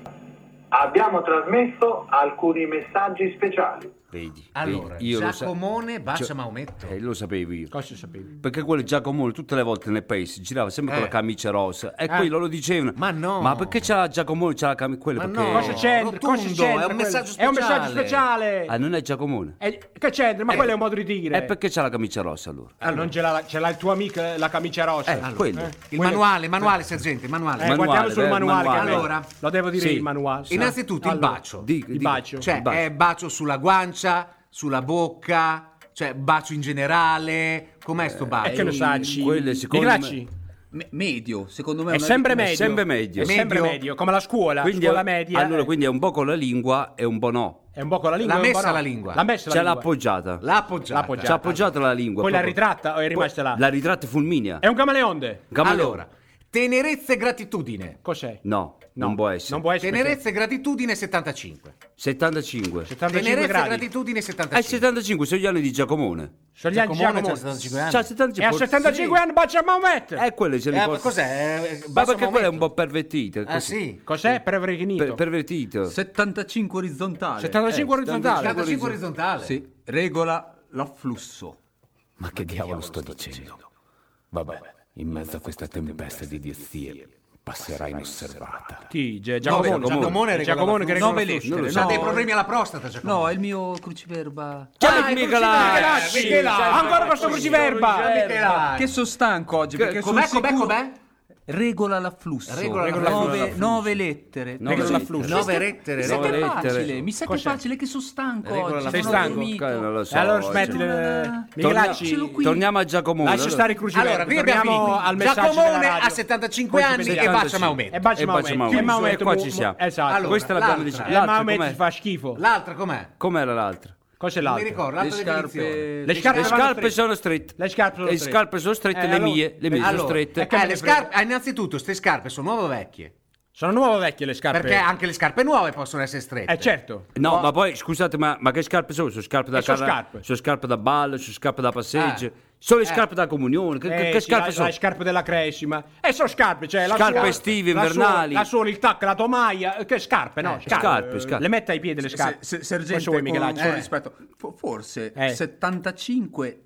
[SPEAKER 9] Abbiamo trasmesso alcuni messaggi speciali.
[SPEAKER 2] vedi.
[SPEAKER 5] Allora,
[SPEAKER 2] vedi, Ah, io lo sa-
[SPEAKER 5] Giacomone bacia
[SPEAKER 2] Cioè-
[SPEAKER 5] Maometto.
[SPEAKER 2] Eh, lo sapevo io.
[SPEAKER 3] Cosa sapevi?
[SPEAKER 2] Perché quello Giacomo tutte le volte nel paese girava sempre con
[SPEAKER 4] Eh.
[SPEAKER 2] la camicia rossa e quello lo dicevano.
[SPEAKER 4] Ma no.
[SPEAKER 2] Ma perché c'ha la Giacomo c'ha la camicia quella
[SPEAKER 4] Ma
[SPEAKER 2] perché
[SPEAKER 4] no.
[SPEAKER 3] Cosa c'entra?
[SPEAKER 4] rotondo,
[SPEAKER 3] Cosa c'entra
[SPEAKER 4] è un
[SPEAKER 3] quello?
[SPEAKER 4] messaggio
[SPEAKER 3] È un messaggio
[SPEAKER 4] speciale.
[SPEAKER 3] speciale.
[SPEAKER 2] Ah, non è Giacomone.
[SPEAKER 3] Eh, che c'entra? Ma quello è un modo di dire.
[SPEAKER 2] E eh, perché c'ha la camicia rossa allora?
[SPEAKER 3] Ah, non ce l'ha, ce l'ha il tuo amico eh, la camicia rossa.
[SPEAKER 2] Eh, quello.
[SPEAKER 4] Il manuale, manuale, sergente, manuale.
[SPEAKER 3] Eh,
[SPEAKER 2] Manuale,
[SPEAKER 3] guardiamo sul
[SPEAKER 2] eh,
[SPEAKER 3] manuale.
[SPEAKER 2] manuale.
[SPEAKER 3] che-
[SPEAKER 4] Allora.
[SPEAKER 3] lo devo dire
[SPEAKER 2] Sì.
[SPEAKER 3] il manuale.
[SPEAKER 4] Innanzitutto il
[SPEAKER 3] Allora,
[SPEAKER 4] bacio.
[SPEAKER 2] Dico,
[SPEAKER 3] Il
[SPEAKER 2] dico.
[SPEAKER 3] bacio. Eh,
[SPEAKER 4] Cioè,
[SPEAKER 2] Il bacio.
[SPEAKER 4] è bacio sulla guancia, sulla bocca, cioè bacio in generale. Com'è
[SPEAKER 2] Eh,
[SPEAKER 4] sto bacio?
[SPEAKER 3] E eh, che lo sa, ci-
[SPEAKER 2] quello è
[SPEAKER 3] i
[SPEAKER 2] secondo
[SPEAKER 3] gracci.
[SPEAKER 5] Me- medio, secondo me
[SPEAKER 3] È
[SPEAKER 5] una-
[SPEAKER 3] sempre
[SPEAKER 5] una-
[SPEAKER 3] medio.
[SPEAKER 2] sempre medio.
[SPEAKER 3] È sempre
[SPEAKER 4] Medio.
[SPEAKER 3] medio, come la scuola.
[SPEAKER 2] Quindi
[SPEAKER 3] scuola
[SPEAKER 2] è-
[SPEAKER 3] media.
[SPEAKER 2] Allora,
[SPEAKER 3] eh,
[SPEAKER 2] quindi è un po' con la lingua e un po' no.
[SPEAKER 3] È un po' con la lingua.
[SPEAKER 4] L'ha
[SPEAKER 3] è un po'
[SPEAKER 4] messa
[SPEAKER 3] no.
[SPEAKER 4] la lingua.
[SPEAKER 3] L'ha messa
[SPEAKER 2] Ce
[SPEAKER 3] la
[SPEAKER 2] l'ha
[SPEAKER 3] lingua.
[SPEAKER 2] appoggiata.
[SPEAKER 4] L'ha appoggiata.
[SPEAKER 3] L'ha appoggiata.
[SPEAKER 2] Ci ha appoggiato la lingua.
[SPEAKER 3] Poi l'ha
[SPEAKER 2] proprio.
[SPEAKER 3] ritratta o è rimasta là?
[SPEAKER 2] La ritratta fulminea.
[SPEAKER 3] È un camaleonte.
[SPEAKER 2] Camaleone.
[SPEAKER 4] Allora, tenerezza e gratitudine.
[SPEAKER 3] Cos'è?
[SPEAKER 2] No,
[SPEAKER 3] No,
[SPEAKER 2] non può essere.
[SPEAKER 3] Non può essere.
[SPEAKER 4] Tenerezza e gratitudine 75.
[SPEAKER 2] 75.
[SPEAKER 3] perché 75
[SPEAKER 4] Tenerezza e
[SPEAKER 3] cioè, gradi.
[SPEAKER 4] gratitudine
[SPEAKER 2] È
[SPEAKER 4] 75.
[SPEAKER 2] 75, Eh, sono gli anni di Giacomone. Cioè,
[SPEAKER 3] Sono gli anni di
[SPEAKER 4] Giacomone c'ha
[SPEAKER 3] Giacomo.
[SPEAKER 4] 75 anni.
[SPEAKER 2] C'ha 75.
[SPEAKER 3] E a
[SPEAKER 2] forse-
[SPEAKER 3] 75 anni bacia Maometto.
[SPEAKER 2] Eh, quello ce li
[SPEAKER 4] Eh, ma
[SPEAKER 2] posso-
[SPEAKER 4] cos'è? Eh,
[SPEAKER 2] Ma
[SPEAKER 4] basta
[SPEAKER 2] perché
[SPEAKER 4] un
[SPEAKER 2] quello è un
[SPEAKER 4] momento.
[SPEAKER 2] po' pervertito.
[SPEAKER 4] Ah,
[SPEAKER 2] così.
[SPEAKER 4] sì.
[SPEAKER 3] Cos'è? Pervrechinito.
[SPEAKER 2] Per- pervertito.
[SPEAKER 5] 75 orizzontale.
[SPEAKER 3] 75
[SPEAKER 5] Eh,
[SPEAKER 3] orizzontale.
[SPEAKER 4] 75 orizzontale.
[SPEAKER 5] Sì, regola l'afflusso.
[SPEAKER 6] Ma che diavolo sto dicendo? Vabbè, in mezzo a questa tempesta di diezie passerà inosservata.
[SPEAKER 3] Chi? Gia-
[SPEAKER 4] Nove, Giacomone
[SPEAKER 3] Giacomone. Giacomone,
[SPEAKER 4] regola
[SPEAKER 3] Giacomone che
[SPEAKER 4] l'afflusso.
[SPEAKER 3] regola
[SPEAKER 5] Nove
[SPEAKER 3] l'afflusso.
[SPEAKER 5] lettere.
[SPEAKER 4] Ha dei problemi alla prostata, Giacomo.
[SPEAKER 5] No, è il mio cruciverba.
[SPEAKER 2] Ciao,
[SPEAKER 3] Michelacci! Ah, Ancora questo cruciverba!
[SPEAKER 4] Michelacci.
[SPEAKER 5] Che sono stanco oggi perché
[SPEAKER 4] Com'è,
[SPEAKER 5] sono
[SPEAKER 4] com'è,
[SPEAKER 5] sicuro-
[SPEAKER 4] com'è?
[SPEAKER 5] Regola l'afflusso.
[SPEAKER 4] Regola
[SPEAKER 3] l'afflusso.
[SPEAKER 5] Nove, nove lettere.
[SPEAKER 2] Nove
[SPEAKER 5] Sì.
[SPEAKER 2] l'afflusso.
[SPEAKER 5] Mi sa che-
[SPEAKER 4] Nove lettere,
[SPEAKER 5] Mi sa che è
[SPEAKER 2] regola.
[SPEAKER 5] facile,
[SPEAKER 2] lettere.
[SPEAKER 5] mi sa che è
[SPEAKER 3] Cos'è?
[SPEAKER 5] facile che sono stanco
[SPEAKER 4] Regola
[SPEAKER 5] oggi.
[SPEAKER 3] l'afflusso.
[SPEAKER 5] sono
[SPEAKER 3] Sei stanco?
[SPEAKER 5] dormito.
[SPEAKER 2] Non lo so.
[SPEAKER 3] Allora
[SPEAKER 2] oggi.
[SPEAKER 3] smetti le...
[SPEAKER 5] Torna-
[SPEAKER 3] Michelacci,
[SPEAKER 5] Torniamo-
[SPEAKER 3] torniamo-
[SPEAKER 2] Torniamo a Giacomone.
[SPEAKER 3] lascia
[SPEAKER 2] allora.
[SPEAKER 3] stare i cruciverbi.
[SPEAKER 4] Allora, qui
[SPEAKER 3] torniamo
[SPEAKER 4] abbiamo
[SPEAKER 3] al
[SPEAKER 4] finito.
[SPEAKER 3] messaggio
[SPEAKER 4] Giacomone
[SPEAKER 3] della radio.
[SPEAKER 4] ha 75
[SPEAKER 3] Poi ci
[SPEAKER 4] anni e
[SPEAKER 3] vediamo.
[SPEAKER 4] bacia
[SPEAKER 2] 75.
[SPEAKER 4] Maometto.
[SPEAKER 3] E bacia
[SPEAKER 2] E bacia
[SPEAKER 3] Maometto.
[SPEAKER 2] Maometto.
[SPEAKER 3] Che Maometto
[SPEAKER 2] E qua
[SPEAKER 3] mu-
[SPEAKER 2] ci siamo.
[SPEAKER 3] Esatto.
[SPEAKER 4] Allora,
[SPEAKER 2] Questa l'abbiamo
[SPEAKER 4] l'altra.
[SPEAKER 2] decisa.
[SPEAKER 3] Eh,
[SPEAKER 2] L'altra
[SPEAKER 3] Maometto
[SPEAKER 2] com'è?
[SPEAKER 3] fa schifo.
[SPEAKER 4] L'altra com'è?
[SPEAKER 2] Com'era l'altra?
[SPEAKER 3] Cos'è
[SPEAKER 4] Non mi
[SPEAKER 3] l'altro?
[SPEAKER 4] ricordo,
[SPEAKER 5] Le
[SPEAKER 4] l'altra definizione.
[SPEAKER 5] scarpe...
[SPEAKER 3] Le scarpe,
[SPEAKER 2] Le
[SPEAKER 3] vanno
[SPEAKER 2] scarpe
[SPEAKER 3] strette.
[SPEAKER 2] sono strette.
[SPEAKER 3] Le scarpe sono
[SPEAKER 2] Le
[SPEAKER 3] strette.
[SPEAKER 2] scarpe sono strette,
[SPEAKER 3] Eh,
[SPEAKER 2] le
[SPEAKER 3] allora-
[SPEAKER 2] mie, le mie
[SPEAKER 3] Allora,
[SPEAKER 2] sono
[SPEAKER 4] eh,
[SPEAKER 2] strette.
[SPEAKER 3] ecco- me
[SPEAKER 4] le
[SPEAKER 3] frega.
[SPEAKER 4] scarpe, ah, innanzitutto, queste scarpe sono nuove o vecchie?
[SPEAKER 3] Sono nuove o vecchie le scarpe?
[SPEAKER 4] Perché anche le scarpe nuove possono essere strette.
[SPEAKER 3] Eh certo.
[SPEAKER 2] No, ma poi scusate, ma, ma che scarpe sono? Sono scarpe da
[SPEAKER 3] Eh, sono
[SPEAKER 2] carra-
[SPEAKER 3] scarpe.
[SPEAKER 2] sono scarpe da ballo, sono scarpe da passeggio, sono le scarpe da comunione. Che, che-
[SPEAKER 3] Eh,
[SPEAKER 2] che
[SPEAKER 3] sì,
[SPEAKER 2] scarpe
[SPEAKER 3] la-
[SPEAKER 2] sono?
[SPEAKER 3] Le scarpe della cresima. E sono scarpe, cioè la
[SPEAKER 2] Scarpe
[SPEAKER 3] suola-
[SPEAKER 2] estive,
[SPEAKER 3] la suola-
[SPEAKER 2] invernali.
[SPEAKER 3] La suola, il tac, la tomaia. eh, Che scarpe, no? Eh,
[SPEAKER 2] scarpe, scarpe.
[SPEAKER 3] Le mette ai piedi le
[SPEAKER 5] Se-
[SPEAKER 3] scarpe.
[SPEAKER 5] se-
[SPEAKER 3] Cosa
[SPEAKER 5] sergente,
[SPEAKER 3] vuoi,
[SPEAKER 5] con,
[SPEAKER 3] Michelacci?
[SPEAKER 5] con
[SPEAKER 3] Eh.
[SPEAKER 5] rispetto, fo- forse
[SPEAKER 3] Eh.
[SPEAKER 5] 75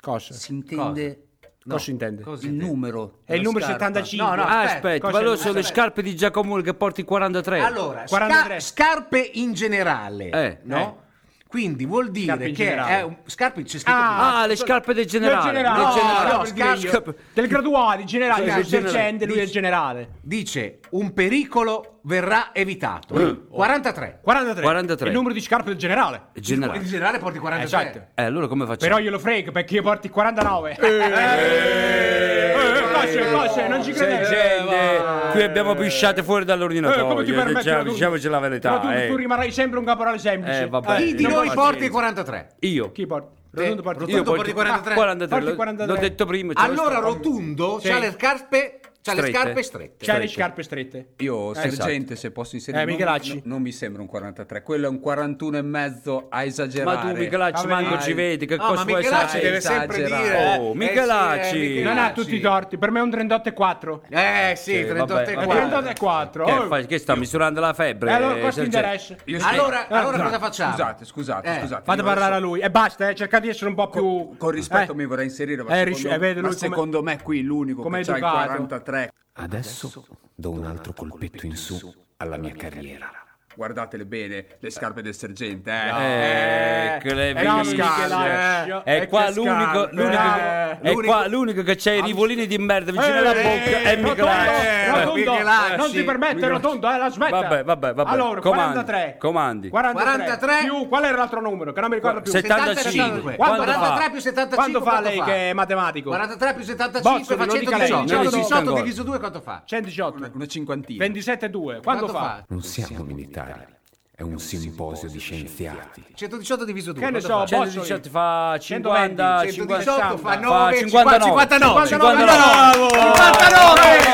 [SPEAKER 3] Cosa?
[SPEAKER 5] si intende
[SPEAKER 3] Cosa si intende?
[SPEAKER 5] il numero.
[SPEAKER 3] È il numero
[SPEAKER 5] della scarpa.
[SPEAKER 3] 75.
[SPEAKER 4] No, no,
[SPEAKER 2] Ah,
[SPEAKER 4] aspetta,
[SPEAKER 2] aspetta,
[SPEAKER 3] cosa-
[SPEAKER 2] ma allora sono le
[SPEAKER 4] aspetta.
[SPEAKER 2] scarpe di Giacomo che porti 43.
[SPEAKER 4] Allora,
[SPEAKER 3] 43.
[SPEAKER 4] sca- scarpe in generale,
[SPEAKER 2] Eh.
[SPEAKER 4] no? Quindi vuol dire
[SPEAKER 3] Scarpe in
[SPEAKER 4] che
[SPEAKER 3] generale.
[SPEAKER 4] è un- scarpe c'è scritto qui.
[SPEAKER 2] ah, le scarpe del generale.
[SPEAKER 3] Del generale.
[SPEAKER 2] Del
[SPEAKER 3] No,
[SPEAKER 2] generale.
[SPEAKER 3] no,
[SPEAKER 2] Del generale.
[SPEAKER 3] scarpe- Del graduale, in generale,
[SPEAKER 2] Sì,
[SPEAKER 3] il
[SPEAKER 2] del
[SPEAKER 3] sergente, lui è il generale.
[SPEAKER 4] dice un pericolo verrà evitato. 43.
[SPEAKER 3] 43.
[SPEAKER 2] 43.
[SPEAKER 3] Il numero di scarpe del generale.
[SPEAKER 2] Generale.
[SPEAKER 4] In generale porti 43.
[SPEAKER 3] Esatto.
[SPEAKER 2] Eh, allora come facciamo?
[SPEAKER 3] Però glielo frego perché io porti 49. Eh, eh, cose, cose, non ci credete.
[SPEAKER 2] eh, Sergente, qui abbiamo pisciate fuori
[SPEAKER 3] Eh,
[SPEAKER 2] dall'ordinatorio.
[SPEAKER 3] come ti permetti?
[SPEAKER 2] diciamo-
[SPEAKER 3] tu-
[SPEAKER 2] diciamoci la verità.
[SPEAKER 3] però tu,
[SPEAKER 2] eh.
[SPEAKER 3] tu rimarrai sempre un caporale semplice.
[SPEAKER 2] Eh, vabbè.
[SPEAKER 4] Chi di
[SPEAKER 2] Non
[SPEAKER 4] noi
[SPEAKER 2] faccio
[SPEAKER 4] porti
[SPEAKER 2] niente.
[SPEAKER 4] 43?
[SPEAKER 2] Io.
[SPEAKER 3] Chi porti? Rotondo porti-
[SPEAKER 4] Rotondo
[SPEAKER 3] Io
[SPEAKER 4] porti 43.
[SPEAKER 2] 43,
[SPEAKER 3] Porti
[SPEAKER 2] l'ho-
[SPEAKER 3] 43.
[SPEAKER 2] L'ho detto prima. ce l'ho
[SPEAKER 4] Allora
[SPEAKER 2] detto.
[SPEAKER 4] Rotundo
[SPEAKER 3] Sì.
[SPEAKER 4] c'ha le scarpe, c'ha le
[SPEAKER 2] Strette. Cioè,
[SPEAKER 4] scarpe strette.
[SPEAKER 3] C'hai le scarpe strette.
[SPEAKER 5] Io, sergente, se posso inserire,
[SPEAKER 3] Eh,
[SPEAKER 5] non-
[SPEAKER 3] Michelacci.
[SPEAKER 5] no- non mi sembra un 43, quello è un 41 e mezzo a
[SPEAKER 2] Ma
[SPEAKER 5] esagerare.
[SPEAKER 2] tu Michelacci
[SPEAKER 3] Vabbè,
[SPEAKER 2] manco
[SPEAKER 3] dai.
[SPEAKER 2] ci vedi che
[SPEAKER 4] No,
[SPEAKER 2] cosa
[SPEAKER 4] ma
[SPEAKER 2] vuoi
[SPEAKER 4] Michelacci
[SPEAKER 2] sapere?
[SPEAKER 4] deve sempre dire.
[SPEAKER 5] Esagerare.
[SPEAKER 2] Oh,
[SPEAKER 4] eh,
[SPEAKER 2] Michelacci.
[SPEAKER 4] sì, eh, Michelacci.
[SPEAKER 3] Non ha tutti i torti, per me è un 38 e 4.
[SPEAKER 4] Eh sì, 38 e
[SPEAKER 2] vabbè.
[SPEAKER 4] 40.
[SPEAKER 3] 38 e 4.
[SPEAKER 2] Che, cioè, fa- che sta misurando la febbre?
[SPEAKER 3] E Eh, allora questo
[SPEAKER 2] sergente?
[SPEAKER 3] interessa.
[SPEAKER 5] Io sto-
[SPEAKER 4] Allora, allora
[SPEAKER 3] Scusate,
[SPEAKER 4] cosa facciamo?
[SPEAKER 5] Scusate, scusate,
[SPEAKER 4] Eh,
[SPEAKER 5] scusate.
[SPEAKER 3] Fate
[SPEAKER 5] io
[SPEAKER 3] parlare a
[SPEAKER 5] adesso-
[SPEAKER 3] lui e basta, eh, cercate di essere un po' più...
[SPEAKER 5] Con rispetto
[SPEAKER 3] eh.
[SPEAKER 5] mi vorrei inserire, ma,
[SPEAKER 3] Eh,
[SPEAKER 5] secondo,
[SPEAKER 3] riusci- eh, vede
[SPEAKER 5] ma
[SPEAKER 3] lui come-
[SPEAKER 5] secondo me qui l'unico
[SPEAKER 3] com'è
[SPEAKER 5] che c'ha il
[SPEAKER 3] educato.
[SPEAKER 5] 43
[SPEAKER 6] Adesso do un altro colpetto in su alla mia carriera.
[SPEAKER 10] Guardatele bene le scarpe del sergente, eh.
[SPEAKER 2] Eh, quelle viste.
[SPEAKER 3] scarpe.
[SPEAKER 2] È
[SPEAKER 3] Eh,
[SPEAKER 2] qua
[SPEAKER 3] che
[SPEAKER 2] l'unico,
[SPEAKER 3] scarpe.
[SPEAKER 2] l'unico,
[SPEAKER 3] Eh,
[SPEAKER 2] è qua l'unico che c'ha i rivolini di merda vicino alla bocca è Eh,
[SPEAKER 3] Rotondo,
[SPEAKER 2] Michelangelo.
[SPEAKER 3] rotondo,
[SPEAKER 4] Michelangelo,
[SPEAKER 3] non ti
[SPEAKER 4] sì,
[SPEAKER 3] permette rotondo, eh, la smetta.
[SPEAKER 2] Vabbè, vabbè, vabbè.
[SPEAKER 3] Allora,
[SPEAKER 2] Comandi,
[SPEAKER 3] 43.
[SPEAKER 2] comandi.
[SPEAKER 4] 43.
[SPEAKER 3] Più, qual era l'altro numero? Che non mi ricordo più.
[SPEAKER 2] 75.
[SPEAKER 4] 75.
[SPEAKER 2] Quando fa?
[SPEAKER 4] 43 più 75
[SPEAKER 3] Quanto fa lei
[SPEAKER 4] fa?
[SPEAKER 3] che è matematico?
[SPEAKER 4] 43 più 75
[SPEAKER 3] Bozzo,
[SPEAKER 4] fa
[SPEAKER 3] non dica lei,
[SPEAKER 4] 118.
[SPEAKER 3] non esiste
[SPEAKER 4] 118
[SPEAKER 2] ancora.
[SPEAKER 4] diviso 2 quanto fa?
[SPEAKER 3] 118.
[SPEAKER 10] Una, una cinquantina.
[SPEAKER 3] 27,2. Quanto, Cioè, fa?
[SPEAKER 5] Non siamo militari, è un simposio di scienziati.
[SPEAKER 4] 118 diviso 2.
[SPEAKER 3] Che ne so, Boccioli.
[SPEAKER 2] 118 fa 50,
[SPEAKER 3] 120,
[SPEAKER 2] 50
[SPEAKER 4] 118
[SPEAKER 3] ah,
[SPEAKER 4] fa 9,
[SPEAKER 2] fa 59,
[SPEAKER 4] 59,
[SPEAKER 2] 59.
[SPEAKER 4] 59,